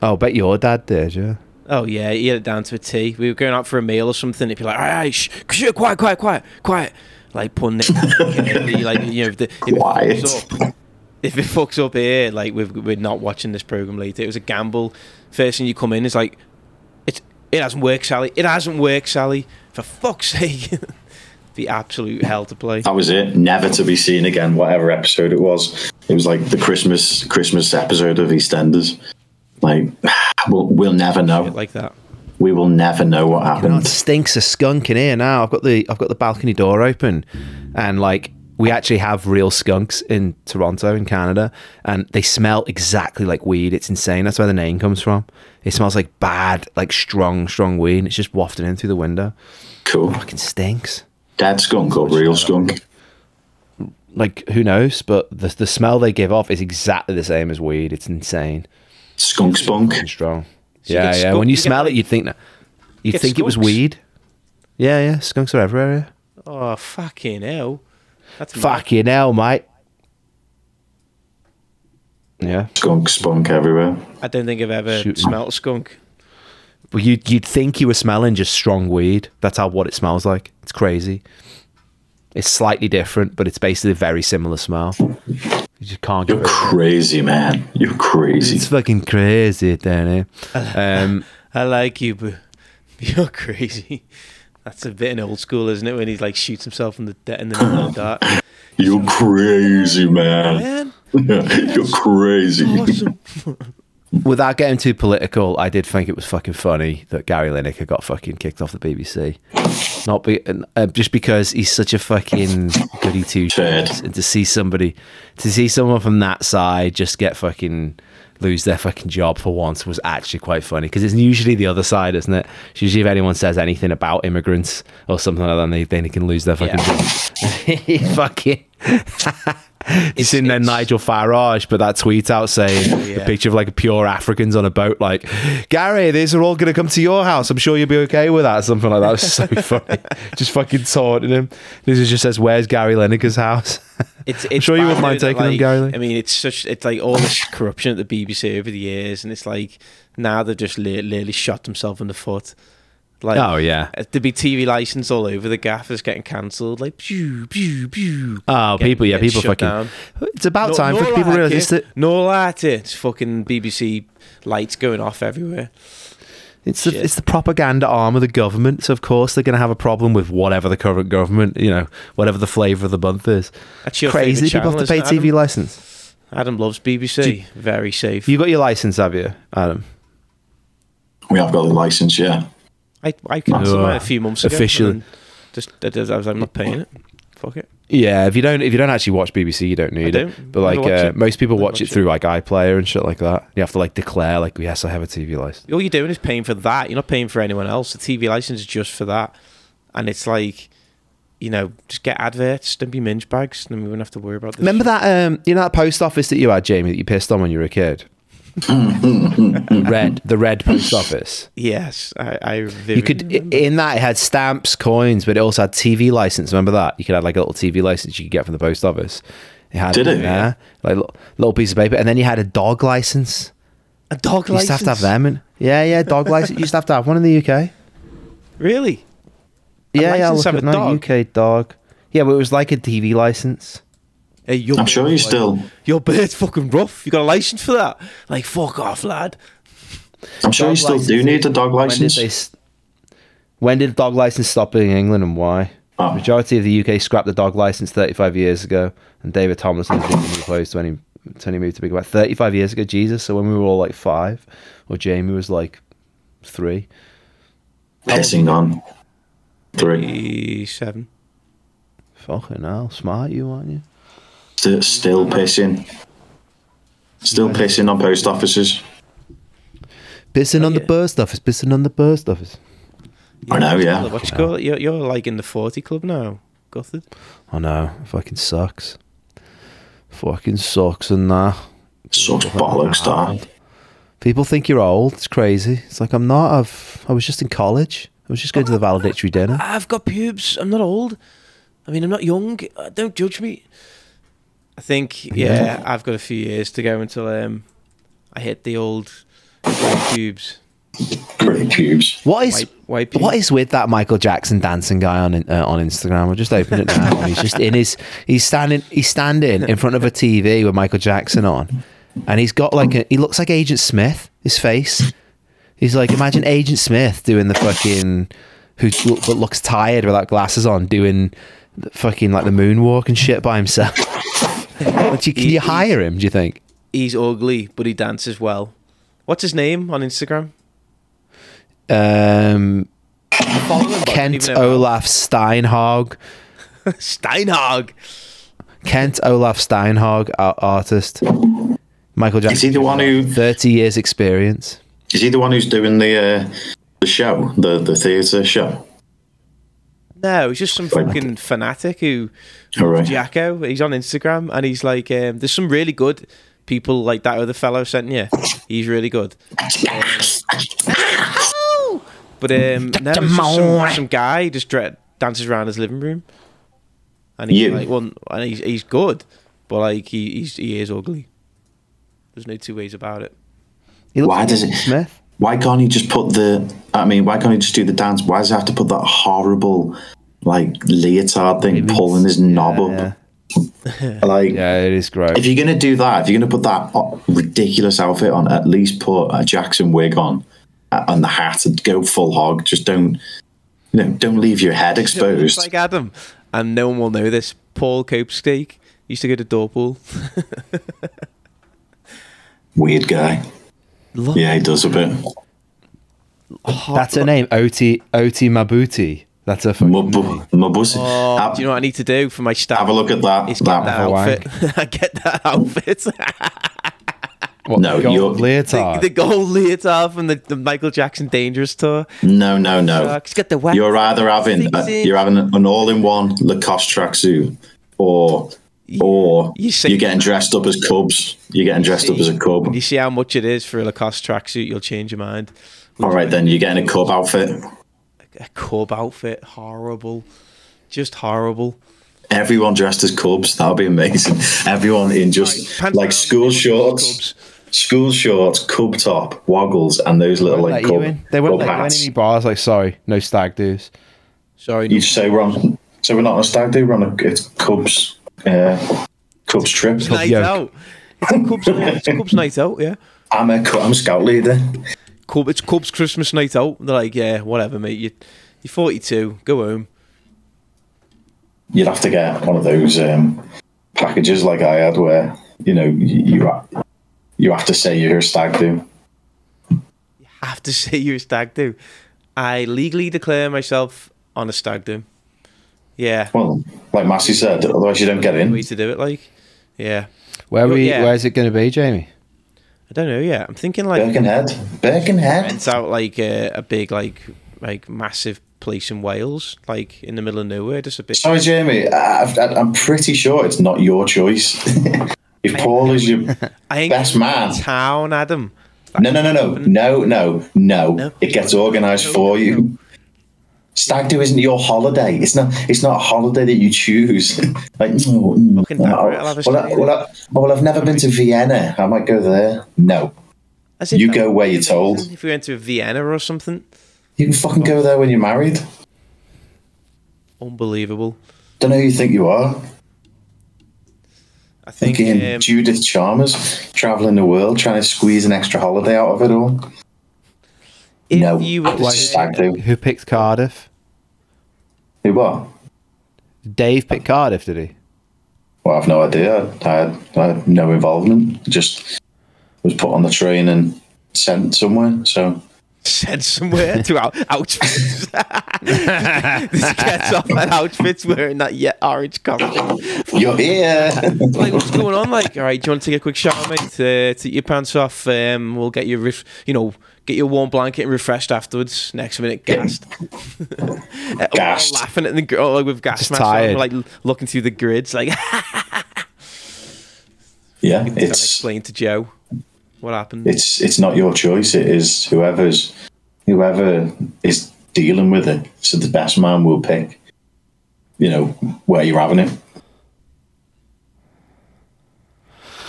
Speaker 2: Oh, bet your dad did. Yeah.
Speaker 4: Oh yeah, he had it down to a T. We were going out for a meal or something. It'd be like, all right, shh, shh, quiet, quiet, quiet, quiet. Like putting it, you know, like you know, if, the, if it
Speaker 3: Quiet.
Speaker 4: fucks up, if it fucks up here, like we've, we're not watching this program later. It was a gamble. First thing you come in is like, it it hasn't worked, Sally. It hasn't worked, Sally. For fuck's sake, the absolute hell to play.
Speaker 3: that was it. Never to be seen again. Whatever episode it was, it was like the Christmas Christmas episode of EastEnders. Like we'll, we'll never know.
Speaker 4: Like that.
Speaker 3: We will never know what
Speaker 2: You know, it
Speaker 3: happened.
Speaker 2: stinks of skunk in here now. I've got the I've got the balcony door open, and like we actually have real skunks in Toronto in Canada, and they smell exactly like weed. It's insane. That's where the name comes from. It smells like bad, like strong, strong weed. And it's just wafting in through the window.
Speaker 3: Cool.
Speaker 2: Fucking stinks.
Speaker 3: Dead skunk or real skunk?
Speaker 2: Like who knows? But the the smell they give off is exactly the same as weed. It's insane
Speaker 3: Skunk spunk.
Speaker 2: and strong.
Speaker 4: So you
Speaker 2: yeah,
Speaker 4: get
Speaker 2: yeah.
Speaker 4: skunk-
Speaker 2: when you,
Speaker 4: you get,
Speaker 2: smell
Speaker 4: like-
Speaker 2: it, you'd think that you'd
Speaker 4: get
Speaker 2: think it was
Speaker 4: skunks.
Speaker 2: weed. Yeah, yeah. Skunks are everywhere. Yeah.
Speaker 4: Oh fucking hell. That's mad.
Speaker 2: Fucking hell, mate. Yeah.
Speaker 3: Skunk spunk everywhere.
Speaker 4: I don't think I've ever
Speaker 2: Shoot.
Speaker 4: smelt skunk.
Speaker 2: Well, you, you'd think you were smelling just strong weed. That's how what it smells like. It's crazy. It's slightly different, but it's basically a very similar smell. You just can't get
Speaker 3: You're
Speaker 2: rid of it.
Speaker 3: crazy, man. You're
Speaker 2: It's
Speaker 3: crazy.
Speaker 2: fucking crazy, Danny. Um,
Speaker 4: I like you, but you're crazy. That's a bit an old school, isn't it? When he like shoots himself in the de- in the middle of that.
Speaker 3: You're crazy, man.
Speaker 4: Man,
Speaker 3: You're crazy.
Speaker 4: awesome.
Speaker 2: Without getting too political, I did think it was fucking funny that Gary Lineker got fucking kicked off the BBC. Not be uh, just because he's such a fucking goody two shoes,
Speaker 3: Turd.
Speaker 2: and to see somebody, to see someone from that side just get fucking lose their fucking job for once was actually quite funny because it's usually the other side, isn't it? It's usually if anyone says anything about immigrants or something like that, they then they can lose their fucking job. He fucking. It's in there, Nigel Farage, but that tweet out saying the
Speaker 4: Yeah.
Speaker 2: picture of like pure Africans on a boat, like Gary, these are all going to come to your house. I'm sure you'll be okay with that. Something like that. It was so funny. Just fucking taunting him. This is just says, "Where's Gary Lineker's house?"
Speaker 4: It's, it's
Speaker 2: sure you wouldn't
Speaker 4: bad,
Speaker 2: mind
Speaker 4: though, that,
Speaker 2: taking them,
Speaker 4: like,
Speaker 2: Gary Lee.
Speaker 4: I mean, it's such it's like all this corruption at the BBC over the years, and it's like now they've just li- literally shot themselves in the foot. Like,
Speaker 2: Oh, yeah.
Speaker 4: uh, there'd be TV license all over. The gaffers getting cancelled. Like, pew pew pew.
Speaker 2: Oh,
Speaker 4: Getting-
Speaker 2: people, yeah,
Speaker 4: getting
Speaker 2: people
Speaker 4: shut
Speaker 2: fucking.
Speaker 4: down.
Speaker 2: It's about
Speaker 4: No-
Speaker 2: time
Speaker 4: no
Speaker 2: for people
Speaker 4: light
Speaker 2: to realize this.
Speaker 4: here,
Speaker 2: That
Speaker 4: No light here. It's fucking BBC lights going off everywhere.
Speaker 2: it's the,
Speaker 4: Shit.
Speaker 2: it's the propaganda arm of the government. So of course they're going to have a problem with whatever the current government, you know, whatever the flavor of the month is.
Speaker 4: That's your
Speaker 2: Crazy that
Speaker 4: favourite
Speaker 2: people
Speaker 4: channel,
Speaker 2: have to pay
Speaker 4: isn't it,
Speaker 2: TV license.
Speaker 4: Adam loves BBC.
Speaker 2: Do you-
Speaker 4: Very safe.
Speaker 2: You got your license, have you, Adam?
Speaker 3: We have got the license, yeah.
Speaker 4: I I cancelled
Speaker 2: No,
Speaker 4: mine a few months ago.
Speaker 2: officially.
Speaker 4: and Just I, did- I was like, I'm not paying it. Fuck it.
Speaker 2: Yeah, if you don't if you don't actually watch BBC, you don't need it.
Speaker 4: don't.
Speaker 2: But
Speaker 4: I
Speaker 2: like
Speaker 4: don't watch
Speaker 2: uh,
Speaker 4: it.
Speaker 2: most people
Speaker 4: Don't
Speaker 2: watch,
Speaker 4: watch
Speaker 2: it
Speaker 4: it.
Speaker 2: through like iPlayer and shit like that. You have to like declare like yes, I have a TV license.
Speaker 4: All you're doing is paying for that. You're not paying for anyone else. The TV license is just for that. And it's like, you know, just get adverts. Don't be minge bags. Then we wouldn't have to worry about this.
Speaker 2: Remember that um you know that post office that you had, Jamie, that you pissed on when you were a kid? the red the red post office.
Speaker 4: Yes, I. I
Speaker 2: You could i- in that it had stamps, coins, but it also had TV license. Remember that? You could have like a little TV license you could get from the post office. It had
Speaker 3: Did
Speaker 2: in
Speaker 3: it?
Speaker 2: there, like little, little piece of paper, and then you had a dog license.
Speaker 4: a dog
Speaker 2: You used
Speaker 4: license.
Speaker 2: to have to have them, and yeah, yeah, dog license. You used to have to have one in the UK.
Speaker 4: Really?
Speaker 2: yeah, yeah,
Speaker 4: license
Speaker 2: look
Speaker 4: to have
Speaker 2: at
Speaker 4: a
Speaker 2: no,
Speaker 4: dog?
Speaker 2: UK dog. Yeah, but it was like a TV license.
Speaker 4: Hey, your
Speaker 3: I'm sure
Speaker 4: bird,
Speaker 3: you
Speaker 4: like-
Speaker 3: still.
Speaker 4: Your bird's fucking rough. You got a license for that? Like, fuck off, lad.
Speaker 3: I'm sure you
Speaker 2: Dog
Speaker 3: still do
Speaker 2: licenses.
Speaker 3: need a dog
Speaker 2: When did
Speaker 3: license.
Speaker 2: they? s- When did dog license stop in England and why?
Speaker 3: Oh.
Speaker 2: Majority of the UK scrapped the dog license 35 years ago, and David Tomlinson has been opposed to any Tony moved to Big About 35 years ago. Jesus, so when we were all like five, or Jamie was like three.
Speaker 3: Pissing on. Three.
Speaker 4: E seven.
Speaker 2: Fucking hell, smart you aren't you?
Speaker 3: Still, still pissing. Still pissing on post offices.
Speaker 2: Pissing on the burst office, pissing on the burst office.
Speaker 3: I know, yeah.
Speaker 4: What you call it? You're, you're like in the forty club now, Gothard.
Speaker 2: I know, it fucking sucks. Fucking sucks and that.
Speaker 3: Sucks bollocks, that.
Speaker 2: People think you're old. It's crazy. It's like I'm not. I've I was just in college. I was just going to the valedictory dinner.
Speaker 4: Ah, I've got pubes. I'm not old. I mean, I'm not young. Uh, Don't judge me. I think yeah, I've got a few years to go until um, I hit the old white pubes.
Speaker 3: Pretty cubes.
Speaker 2: What is
Speaker 4: White, white pubes.
Speaker 2: what is with that Michael Jackson dancing guy on uh, on Instagram? I just opened it now. and he's just in his. He's standing. He's standing in front of a TV with Michael Jackson on, and he's got like a. He looks like Agent Smith. His face. He's like imagine Agent Smith doing the fucking who look, but looks tired without glasses on doing the fucking like the moonwalk and shit by himself. But you- can you hire him? Do you think?
Speaker 4: He's ugly, but he dances well. What's his name on Instagram?
Speaker 2: um,
Speaker 4: Even
Speaker 2: Kent
Speaker 4: if I-
Speaker 2: Olaf Steinhog.
Speaker 4: Steinhog.
Speaker 2: Kent Olaf Steinhog, ar- artist. Michael Jackson.
Speaker 3: Is he the one who-
Speaker 2: 30 years experience.
Speaker 3: Is he the one who's doing the uh, the show, the the theatre show?
Speaker 4: No, he's just some fucking fanatic who
Speaker 3: All right.
Speaker 4: Jacko. He's on Instagram and he's like, um, there's some really good people like that other fellow sent you. He's really good. Um, but um, no, it's just some, some guy who just dre- dances around his living room. And he's
Speaker 3: You.
Speaker 4: like, well, and he's, he's good, but like he he's, he is ugly. There's no two ways about it.
Speaker 2: He looks
Speaker 3: Why
Speaker 2: like
Speaker 3: does
Speaker 2: Agent
Speaker 3: it-
Speaker 2: Smith.
Speaker 3: Why can't he just put the? I mean, why can't he just do the dance? Why does he have to put that horrible, like leotard thing pulling his knob up? Like,
Speaker 2: Yeah, it is gross.
Speaker 3: if you're gonna do that, if you're gonna put that o- ridiculous outfit on, at least put a Jackson wig on uh, and the hat and go full hog. Just don't You know, don't leave your head
Speaker 4: It's
Speaker 3: exposed.
Speaker 4: like Adam, and no one will know this. Paul Copestake used to go to Dorpool.
Speaker 3: Weird guy.
Speaker 4: Lo-
Speaker 3: Yeah, he does a bit.
Speaker 2: That's her name, Oti Oti Mabuti. That's her fucking
Speaker 3: Mub-
Speaker 2: name.
Speaker 3: Mubus.
Speaker 4: Oh,
Speaker 3: Have-
Speaker 4: do you know what I need to do for my staff?
Speaker 3: Have a look at that.
Speaker 4: Is get that
Speaker 3: that.
Speaker 2: Have a wank.
Speaker 4: outfit. I get that outfit.
Speaker 2: What,
Speaker 3: No,
Speaker 2: gold
Speaker 3: you're-
Speaker 2: leotard.
Speaker 4: the, the gold leotard from the, the Michael Jackson Dangerous tour.
Speaker 3: No, no, no.
Speaker 4: Uh, she's got the wax.
Speaker 3: You're either having
Speaker 4: Six
Speaker 3: a,
Speaker 4: inch.
Speaker 3: you're having an all-in-one Lacoste tracksuit, or or
Speaker 4: you
Speaker 3: you
Speaker 4: see-
Speaker 3: are getting dressed up as cubs. You're getting dressed up as a
Speaker 4: When
Speaker 3: cub.
Speaker 4: you see how much it is for a Lacoste tracksuit, you'll change your mind.
Speaker 3: All right, then you're getting a cub outfit.
Speaker 4: A cub outfit, horrible, just horrible.
Speaker 3: Everyone dressed as cubs. That would be amazing. Everyone in just
Speaker 4: Pants down,
Speaker 3: like school
Speaker 4: middle of
Speaker 3: shorts,
Speaker 4: cubs.
Speaker 3: school shorts, cub top, woggles, and those little
Speaker 2: Let
Speaker 3: like
Speaker 2: you
Speaker 3: cub,
Speaker 2: in. They won't
Speaker 3: cub
Speaker 2: let you in
Speaker 3: hats.
Speaker 2: any bars. Like, sorry, no stag do's.
Speaker 4: Sorry,
Speaker 3: You say we're on. So we're not on a stag do. We're on a it's cubs. Uh, Cubs trip.
Speaker 4: night
Speaker 2: yoke.
Speaker 4: out. It's a Cubs, it's Cubs night out, yeah.
Speaker 3: I'm a cu- I'm scout leader.
Speaker 4: Cub, it's Cubs Christmas night out. They're like, yeah, whatever, mate. You, you're 42. Go home.
Speaker 3: you'd have to get one of those um, packages like I had, where you know you you, ha- you have to say you're a stag do.
Speaker 4: Have to say you're a stag do. I legally declare myself on a stag do. Yeah,
Speaker 3: Well, like Massey said, otherwise you don't get
Speaker 4: way
Speaker 3: in.
Speaker 4: to do it. Like, yeah.
Speaker 2: Where
Speaker 4: You're-
Speaker 2: we?
Speaker 4: yeah.
Speaker 2: Where's it going to be, Jamie?
Speaker 4: I don't know. Yeah, I'm thinking like
Speaker 3: Birkenhead, Birkenhead.
Speaker 4: rent out like uh, a, a big like like massive place in Wales, like in the middle of nowhere, just a big.
Speaker 3: Sorry, Jamie. I, I've- I, I'm pretty sure it's not your choice. if Paul is your
Speaker 4: I ain't
Speaker 3: best man,
Speaker 4: town, Adam.
Speaker 3: no, no, no, no, no, no, no. It gets organised for you. Stag do isn't your holiday. It's not. It's not a holiday that you choose. like, no, no,
Speaker 4: Fucking damn it, I'll
Speaker 3: well,
Speaker 4: have a
Speaker 3: I,
Speaker 4: stay
Speaker 3: well, I, well, I've never been to Vienna. I might go there. No,
Speaker 4: As if
Speaker 3: You
Speaker 4: that
Speaker 3: go
Speaker 4: would
Speaker 3: where
Speaker 4: be
Speaker 3: you're told.
Speaker 4: amazing If we went to Vienna or something,
Speaker 3: you can fucking go there when you're married.
Speaker 4: unbelievable.
Speaker 3: Don't know who you think you are.
Speaker 4: I think
Speaker 3: Thinking
Speaker 4: um,
Speaker 3: Judith Chalmers, traveling the world, trying to squeeze an extra holiday out of it all.
Speaker 4: if
Speaker 3: no,
Speaker 4: you were to
Speaker 3: it's
Speaker 4: say-
Speaker 3: stag do.
Speaker 2: Who picked Cardiff?
Speaker 3: Who what?
Speaker 2: Dave picked Cardiff, did he?
Speaker 3: Well, I've no idea. I had, I had no involvement. Just was put on the train and sent somewhere. So
Speaker 4: sent somewhere to out- outfits. this gets off at outfits wearing that yet orange costume.
Speaker 3: you're here.
Speaker 4: Like, what's going on? Like, all right, do you want to take a quick shower, mate? Uh, take your pants off. Um, we'll get you, ref- you know, get your warm blanket and refreshed afterwards. Next minute, gassed. Uh, we're all
Speaker 3: Gassed.
Speaker 4: laughing at the girl like with gas
Speaker 2: Just
Speaker 4: masks on,
Speaker 2: tired.
Speaker 4: we're, like l- looking through the grids. Like,
Speaker 3: yeah,
Speaker 4: trying to
Speaker 3: it's
Speaker 4: explain to Joe what happened.
Speaker 3: it's it's not your choice. It is whoever's whoever is dealing with it. So the best man will pick. You know where you're having it.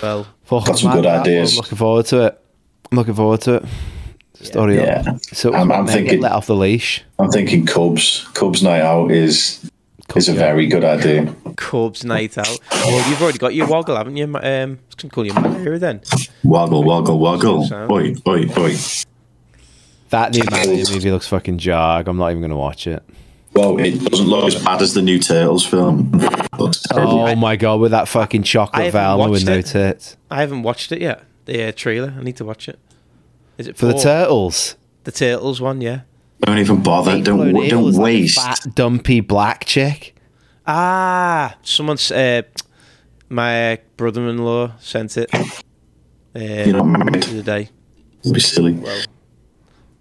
Speaker 4: well,
Speaker 2: Fuck,
Speaker 3: Got some
Speaker 2: man,
Speaker 3: good
Speaker 2: that-
Speaker 3: ideas.
Speaker 2: I'm looking forward to it. I'm looking forward to it. Story
Speaker 3: Yeah.
Speaker 2: up. So
Speaker 3: I'm-
Speaker 2: then
Speaker 3: I'm
Speaker 2: get
Speaker 3: thinking-
Speaker 2: let off the leash.
Speaker 3: I'm thinking Cubs. Cubs night out is is a
Speaker 2: yeah.
Speaker 3: very good idea.
Speaker 4: Cubs night out. Well, you've already got your woggle, haven't you? Ma- Um, I can call you Mario then.
Speaker 3: Woggle, woggle, woggle.
Speaker 4: So-
Speaker 3: Oi, oi, oi.
Speaker 2: That new Mario movie looks fucking jarg. I'm not even going to watch it.
Speaker 3: Well, it doesn't look as bad as the new Turtles film.
Speaker 2: Oh my god, with that fucking
Speaker 4: I
Speaker 2: chocolate
Speaker 4: haven't
Speaker 2: Velma with
Speaker 4: watched
Speaker 2: no
Speaker 4: it.
Speaker 2: tits
Speaker 4: I haven't watched it yet. The uh, trailer. I need to watch it. Is it
Speaker 2: for the
Speaker 4: four?
Speaker 2: turtles.
Speaker 4: The turtles one? Yeah.
Speaker 3: Don't even bother. Don't
Speaker 2: Clone Hill
Speaker 3: don't
Speaker 2: is like a
Speaker 3: waste.
Speaker 2: fat dumpy black chick.
Speaker 4: Ah, someone's. Uh, my uh, brother-in-law sent it. Uh,
Speaker 3: You're not married.
Speaker 4: the other day.
Speaker 3: It'd be silly.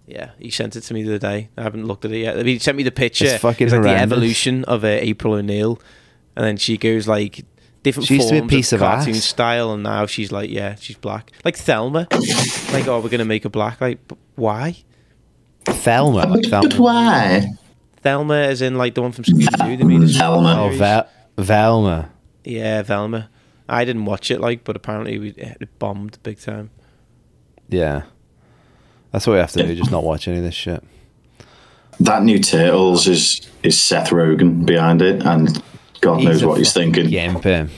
Speaker 4: Yeah, he sent it to me the other day. I haven't looked at it yet. He sent me the picture.
Speaker 2: It's fucking
Speaker 4: like the
Speaker 2: horrendous.
Speaker 4: evolution of uh, April O'Neil, and then she goes like different
Speaker 2: She used
Speaker 4: forms
Speaker 2: to be a piece
Speaker 4: of,
Speaker 2: of
Speaker 4: cartoon
Speaker 2: ass.
Speaker 4: style, and now she's like, yeah, she's black, like Thelma. like, oh, we're gonna make her black. Like, but why?
Speaker 2: Thelma, like
Speaker 3: But
Speaker 2: Thelma.
Speaker 3: why?
Speaker 4: Thelma is in like the one from Scooby Doo. They made a
Speaker 3: Thelma.
Speaker 2: Oh,
Speaker 4: series.
Speaker 2: Vel- Velma.
Speaker 4: yeah, Velma. I didn't watch it like, but apparently we, it bombed big time.
Speaker 2: Yeah, that's what we have to do. Just not watch any of this shit.
Speaker 3: That new Turtles is is Seth Rogen behind it, and God
Speaker 2: He's
Speaker 3: knows
Speaker 2: a
Speaker 3: what he's
Speaker 2: fucking
Speaker 3: thinking.
Speaker 2: Gimp him.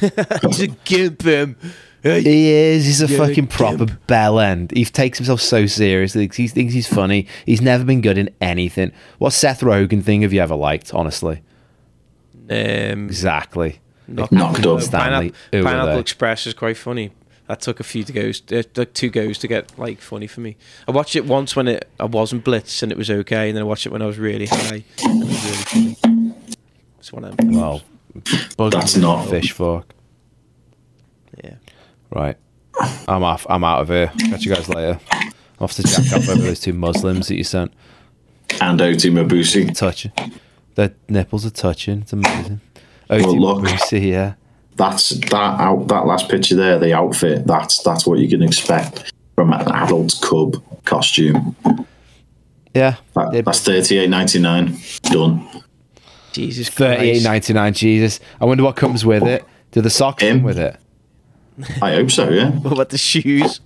Speaker 4: He's a gimp, him. Hey.
Speaker 2: He is. He's a
Speaker 4: Yeah,
Speaker 2: fucking
Speaker 4: gimp.
Speaker 2: proper bell end. He takes himself so seriously. He thinks he's funny. He's never been good in anything. What Seth Rogen thing have you ever liked? Honestly,
Speaker 4: Um,
Speaker 2: exactly.
Speaker 3: Knocked up.
Speaker 2: Stanley.
Speaker 4: Pineapple,
Speaker 2: Over
Speaker 4: Pineapple
Speaker 2: there.
Speaker 4: Express is quite funny. That took a few to goes, uh, took two goes to get like funny for me. I watched it once when it I wasn't blitzed and it was okay, and then I watched it when I was really high. And it was really funny. It's one of them.
Speaker 2: Well, bug
Speaker 3: That's not-
Speaker 2: fish fork.
Speaker 4: Yeah.
Speaker 2: Right. I'm off. I'm out of here. Catch you guys later. Off to jack off over those two Muslims that you sent.
Speaker 3: And Oti Mabusi.
Speaker 2: Touching. Their nipples are touching. It's amazing. Oh,
Speaker 3: Well, look.
Speaker 2: Mabusi, yeah.
Speaker 3: That's that out that last picture there, the outfit, that's that's what you can expect from an adult cub costume.
Speaker 2: Yeah.
Speaker 3: That,
Speaker 2: It-
Speaker 3: that's thirty eight ninety nine. Done.
Speaker 4: Jesus
Speaker 2: Thirty-eight
Speaker 4: Christ.
Speaker 2: ninety-nine. Jesus. I wonder what comes with it. Do the socks
Speaker 3: Oh. Him.
Speaker 2: come with it?
Speaker 3: I hope so, yeah.
Speaker 4: What about the shoes?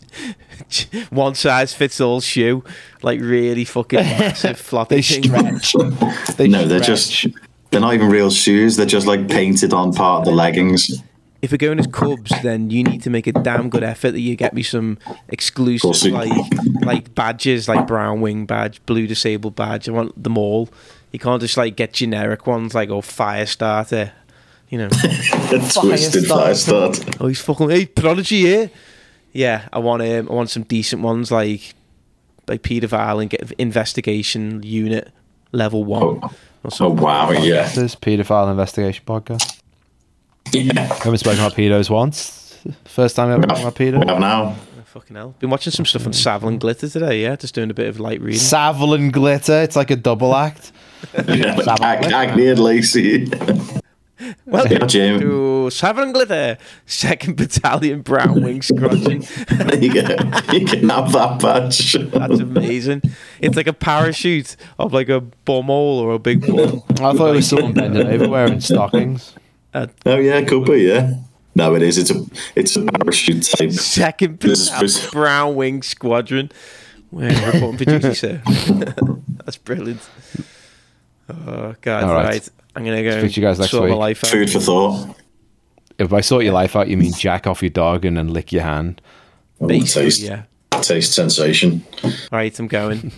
Speaker 4: one size fits all shoe, like really fucking massive floppy.
Speaker 2: They
Speaker 4: thing.
Speaker 2: stretch. They
Speaker 3: no, they're just they're not even real shoes, they're just like painted on part of the leggings.
Speaker 4: if we're going as Cubs, then you need to make a damn good effort that you get me some exclusive
Speaker 3: Pussy.
Speaker 4: like like badges, like brown wing badge, blue disabled badge. I want them all. You can't just like get generic ones like oh fire starter, you know.
Speaker 3: Twisted fire start.
Speaker 4: oh he's fucking hey prodigy here. Yeah, I want um, I want some decent ones like like Peter Vile and get investigation unit level one.
Speaker 3: Oh,
Speaker 4: or
Speaker 3: oh
Speaker 4: something.
Speaker 3: wow, yeah.
Speaker 2: This paedophile investigation podcast.
Speaker 3: yeah.
Speaker 2: Haven't spoken about pedos once. First time ever talking about
Speaker 3: We
Speaker 2: pedo.
Speaker 3: have now.
Speaker 4: Fucking hell. Been watching some stuff on
Speaker 3: Mm.
Speaker 4: Savlin Glitter today, yeah, just doing a bit of light reading.
Speaker 2: Savile and glitter. It's like a double act.
Speaker 3: Yeah.
Speaker 2: Savile.
Speaker 3: Ag- Agni and Lacey.
Speaker 4: Welcome
Speaker 3: Yeah, Jim.
Speaker 4: to Sovereign Glitter, 2nd Battalion Brown Wing Squadron.
Speaker 3: you, can, you can have that badge.
Speaker 4: That's amazing. It's like a parachute of like a bum hole or a big bum.
Speaker 2: I thought it was someone bending over wearing stockings.
Speaker 3: Oh yeah, could be, yeah. No, it is. It's a it's a parachute type.
Speaker 4: 2nd
Speaker 3: This is
Speaker 4: Battalion
Speaker 3: supposed-
Speaker 4: Brown Wing Squadron. We're reporting for duty, sir. That's brilliant. Oh, God,
Speaker 2: All right.
Speaker 4: right. I'm going to go
Speaker 2: Speak to you guys next
Speaker 4: sort my
Speaker 2: week.
Speaker 4: life out.
Speaker 3: Food for thought.
Speaker 2: If I sort your life out, you mean jack off your dog and then lick your hand.
Speaker 4: Basically,
Speaker 3: Oh, taste,
Speaker 4: yeah.
Speaker 3: taste sensation.
Speaker 4: All right, I'm going.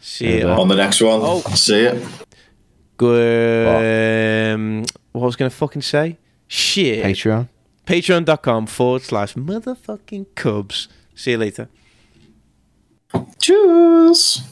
Speaker 4: See you.
Speaker 3: On the next one.
Speaker 4: Oh.
Speaker 3: See it.
Speaker 4: Good. Um, what was I going to fucking say? Shit.
Speaker 2: Patreon.
Speaker 4: patreon.com forward slash motherfucking cubs. See you later.
Speaker 3: Cheers.